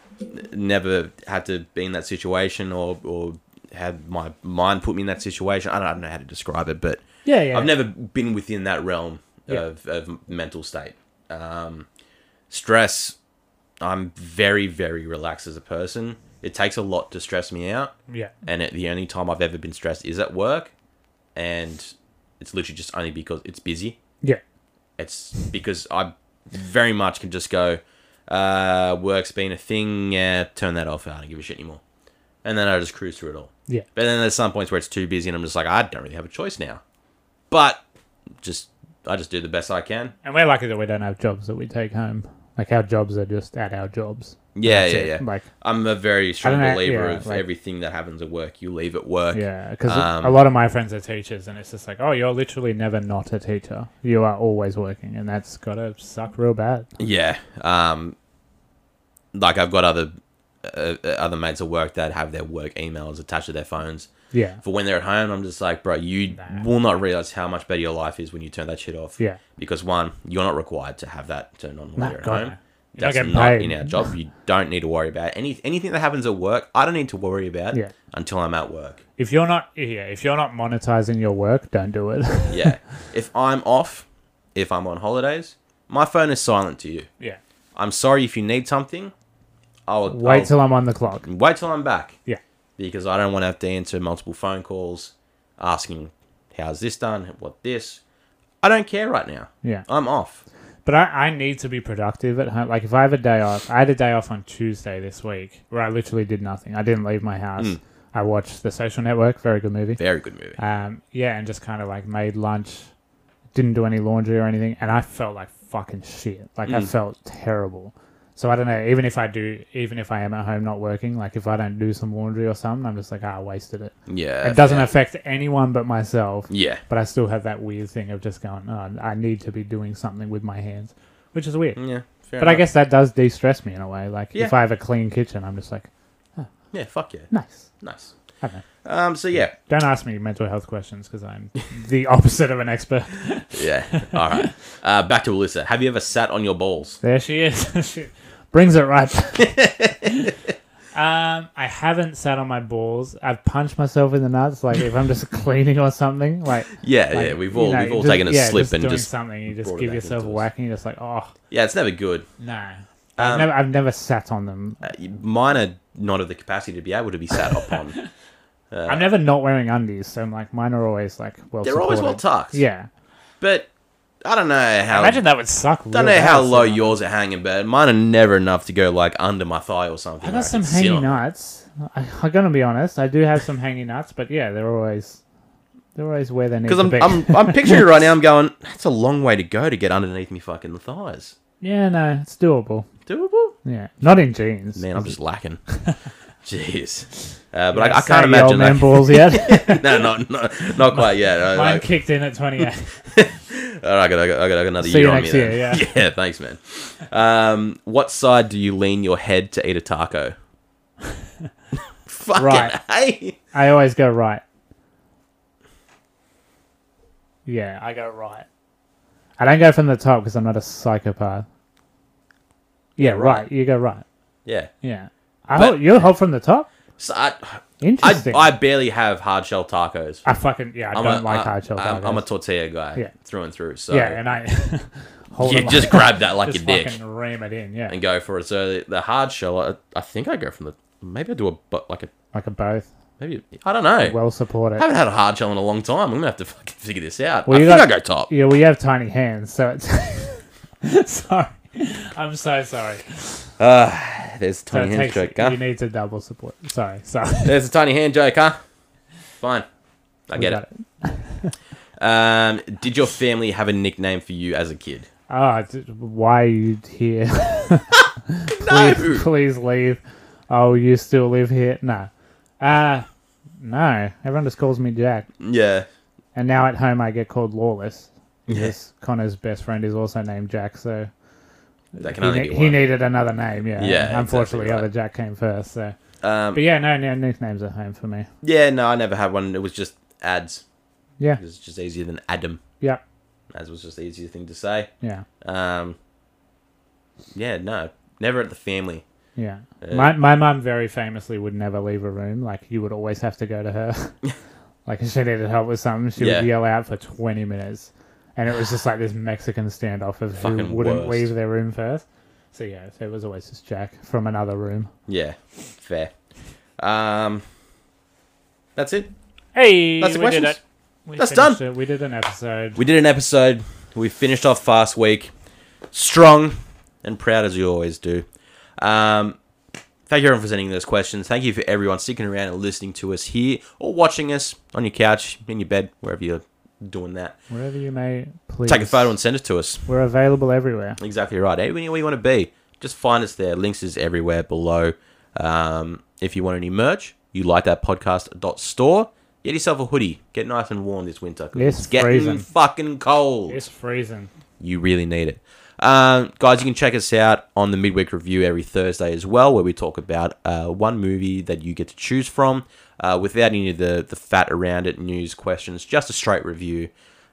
S1: never had to be in that situation or, or had my mind put me in that situation. I don't, I don't know how to describe it, but
S2: yeah, yeah.
S1: I've never been within that realm
S2: Yeah.
S1: of, of mental state. Um, stress, I'm very, very relaxed as a person. It takes a lot to stress me out.
S2: Yeah,
S1: And it, the only time I've ever been stressed is at work. And it's literally just only because it's busy.
S2: yeah,
S1: It's because I very much can just go, uh, work's been a thing. Yeah, turn that off. I don't give a shit anymore. And then I just cruise through it all.
S2: yeah.
S1: But then there's some points where it's too busy, and I'm just like, I don't really have a choice now. But just, I just do the best I can.
S2: And we're lucky that we don't have jobs that we take home. Like our jobs are just at our jobs.
S1: Yeah,
S2: That's
S1: yeah,
S2: it.
S1: yeah.
S2: Like
S1: I'm a very strong
S2: I don't know,
S1: believer
S2: yeah,
S1: of
S2: like-
S1: everything that happens at work, you leave at work.
S2: yeah, because
S1: Um,
S2: a lot of my friends are teachers, and it's just like, oh, you're literally never not a teacher. You are always working, and that's gotta suck real bad.
S1: Yeah. Um, like I've got other uh, uh, other mates at work that have their work emails attached to their phones.
S2: Yeah,
S1: For when they're at home, I'm just like, bro, you
S2: Nah.
S1: will not realize how much better your life is when you turn that shit off.
S2: yeah,
S1: Because one, you're not required to have that turned on when
S2: Nah,
S1: you're at
S2: God,
S1: home.
S2: no. You're not
S1: That's
S2: getting
S1: not
S2: paid.
S1: in our job. You don't need to worry about it. any anything that happens at work. I don't need to worry about
S2: Yeah.
S1: until I'm at work.
S2: If you're not, yeah, if you're not monetizing your work, don't do it.
S1: Yeah. if I'm off, if I'm on holidays, my phone is silent to you.
S2: yeah.
S1: I'm sorry if you need something. I'll
S2: Wait
S1: I'll-
S2: till I'm on the clock.
S1: wait till I'm back.
S2: Yeah.
S1: Because I don't want to have to answer multiple phone calls asking how's this done, what this. I don't care right now.
S2: Yeah.
S1: I'm off.
S2: But I, I need to be productive at home. Like if I have a day off, I had a day off on Tuesday this week where I literally did nothing. I didn't leave my house.
S1: Mm.
S2: I watched The Social Network, very good movie.
S1: Very good movie.
S2: Um, yeah, and just kind of like made lunch, didn't do any laundry or anything, and I felt like fucking shit. Like I
S1: Mm.
S2: felt terrible. So I don't know. Even if I do, even if I am at home not working, like if I don't do some laundry or something, I'm just like, ah, I wasted it.
S1: Uh, Yeah.
S2: It doesn't affect anyone but myself.
S1: Yeah.
S2: but I still have that weird thing of just going, oh, I need to be doing something with my hands, which is weird.
S1: Mm, Yeah. Fair
S2: But I
S1: enough.
S2: guess that does de stress me in a way. Like, if
S1: Yeah.
S2: I have a clean kitchen, I'm just like,
S1: Yeah, fuck yeah.
S2: nice.
S1: Nice.
S2: I don't know.
S1: Um, so yeah,
S2: Don't ask me mental health questions because I'm the opposite of an expert.
S1: yeah. All right. Uh, back to Alyssa. Have you ever sat on your balls?
S2: There she is. she brings it right. um, I haven't sat on my balls. I've punched myself in the nuts. Like if I'm just cleaning or something, like,
S1: Yeah,
S2: like,
S1: yeah. We've
S2: you
S1: all
S2: know,
S1: we've all
S2: just-
S1: taken a
S2: yeah,
S1: slip and
S2: doing
S1: just
S2: something. You just
S1: brought it
S2: give
S1: back
S2: yourself a
S1: into us.
S2: whack and you're just like, oh
S1: yeah. It's never good.
S2: no. I've,
S1: Um,
S2: never, I've never sat on them.
S1: Uh, mine are not of the capacity to be able to be sat upon.
S2: I'm never not wearing undies, so I'm like mine are always like well.
S1: uh, They're always well
S2: supported.
S1: tucked.
S2: Yeah,
S1: But I don't know how.
S2: imagine that would suck.
S1: Um, don't know how low yours are hanging, but mine are never enough to go like under my thigh or something.
S2: I
S1: where
S2: got some
S1: can sit on
S2: hangy
S1: it.
S2: nuts. I, I'm gonna be honest. I do have some hangy nuts, but yeah, they're always they're always where they need
S1: Because
S2: to
S1: I'm,
S2: be.
S1: I'm, I'm picturing it right now. I'm going. That's a long way to go to get underneath me fucking thighs.
S2: yeah, no, it's doable.
S1: Doable?
S2: Yeah, not in jeans.
S1: Man, I'm just lacking. Jeez. Uh, but
S2: You
S1: I,
S2: don't
S1: I can't
S2: say the old
S1: imagine.
S2: man
S1: Like,
S2: balls yet.
S1: no, not, not not quite yet. I,
S2: Mine
S1: like,
S2: kicked in at 28.
S1: all right, I got, I got, I got I got another
S2: See
S1: year
S2: you
S1: on
S2: next
S1: me.
S2: year,
S1: then. yeah, thanks, man. Um, what side do you lean your head to eat a taco? fucking
S2: Right.
S1: hey.
S2: I always go right. Yeah, I go right. I don't go from the top because I'm not a psychopath. Yeah, right.
S1: right.
S2: You go right.
S1: Yeah.
S2: Yeah. I
S1: But-
S2: hold, you hold from the top?
S1: So I, I,
S2: Interesting. I,
S1: I barely have hard shell tacos.
S2: fucking, yeah, I
S1: I'm a-
S2: don't like
S1: I-
S2: hard shell
S1: I'm, I'm a
S2: tacos.
S1: tortilla guy
S2: Yeah.
S1: through and through. So
S2: Yeah, and I hold
S1: you
S2: them
S1: just
S2: like-
S1: grab that like your
S2: just
S1: dick
S2: fucking ram it in, yeah.
S1: and go for it. So the, the hard shell, I, I think I go from the maybe I do a but like a
S2: Like a both.
S1: maybe I don't know.
S2: Well supported.
S1: I haven't had a hard shell in a long time. I'm gonna have to fucking figure this out.
S2: Well,
S1: I
S2: you
S1: think
S2: got-
S1: I go top.
S2: Yeah, we have tiny hands, so it's. sorry. I'm so sorry.
S1: There's a
S2: So it
S1: tiny hand
S2: takes-
S1: joke, huh?
S2: You need to double support. Sorry, sorry.
S1: There's a tiny hand joke, huh? Fine, I
S2: We
S1: get
S2: got
S1: it. Um, did your family have a nickname for you as a kid?
S2: Oh, d- why are you here? please, please leave. Oh, you still live here? No. Uh, no. Everyone just calls me Jack.
S1: Yeah,
S2: And now at home, I get called Lawless.
S1: Yeah.
S2: Yes. Connor's best friend is also named Jack, so
S1: that can
S2: he,
S1: only
S2: ne-
S1: be
S2: he
S1: one.
S2: needed another name. Yeah.
S1: Yeah,
S2: Unfortunately,
S1: exactly right.
S2: other Jack came first. So,
S1: um,
S2: but yeah, no, no nicknames at home for me.
S1: yeah, no, I never had one. It was just ads.
S2: Yeah.
S1: It was just easier than Adam.
S2: Yeah.
S1: As was just the easier thing to say.
S2: Yeah.
S1: Um, yeah, no, never at the family.
S2: Yeah.
S1: Uh,
S2: my my mum very famously would never leave a room. Like you would always have to go to her. like if she needed help with something, she
S1: Yeah.
S2: would yell out for twenty minutes. And it was just like this Mexican standoff of who
S1: Fucking
S2: wouldn't
S1: worst.
S2: leave their room first. So yeah, so it was always just Jack from another room.
S1: Yeah, fair. Um, that's it.
S2: Hey,
S1: That's the
S2: we did
S1: questions?
S2: it. We
S1: That's
S2: finished it. We did an episode.
S1: We did an episode. We finished off fast week, strong and proud as we always do. Um, thank you everyone for sending those questions. Thank you for everyone sticking around and listening to us here or watching us on your couch, in your bed, wherever you're doing that.
S2: Wherever you may, please
S1: Take a photo and send it to us.
S2: We're available everywhere.
S1: Exactly right. Anywhere you want to be, just find us there. Links is everywhere below. Um, if you want any merch, you like that podcast dot store. Get yourself a hoodie. Get nice and warm this winter. 'cause
S2: It's
S1: getting
S2: freezing.
S1: fucking cold.
S2: It's freezing.
S1: You really need it. Um, guys, you can check us out on the midweek review every Thursday as well, where we talk about uh, one movie that you get to choose from uh, without any of the, the fat around it, news, questions, just a straight review.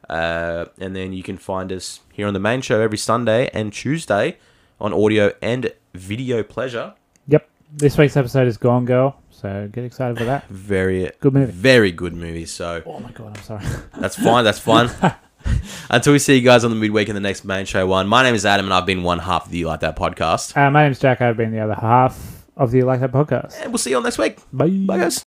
S1: Uh, and then you can find us here on the main show every Sunday and Tuesday on audio and video pleasure.
S2: Yep. This week's episode is Gone Girl, so get excited for that.
S1: Very
S2: Good movie.
S1: Very good movie. So
S2: Oh my god, I'm sorry.
S1: that's fine. That's fine. Until we see you guys on the midweek in the next main show one. My name is Adam, and I've been one half of the You Like That podcast.
S2: Uh, my name's Jack. I've been the other half of the You Like That podcast.
S1: And we'll see you all next week.
S2: Bye.
S1: Bye, guys.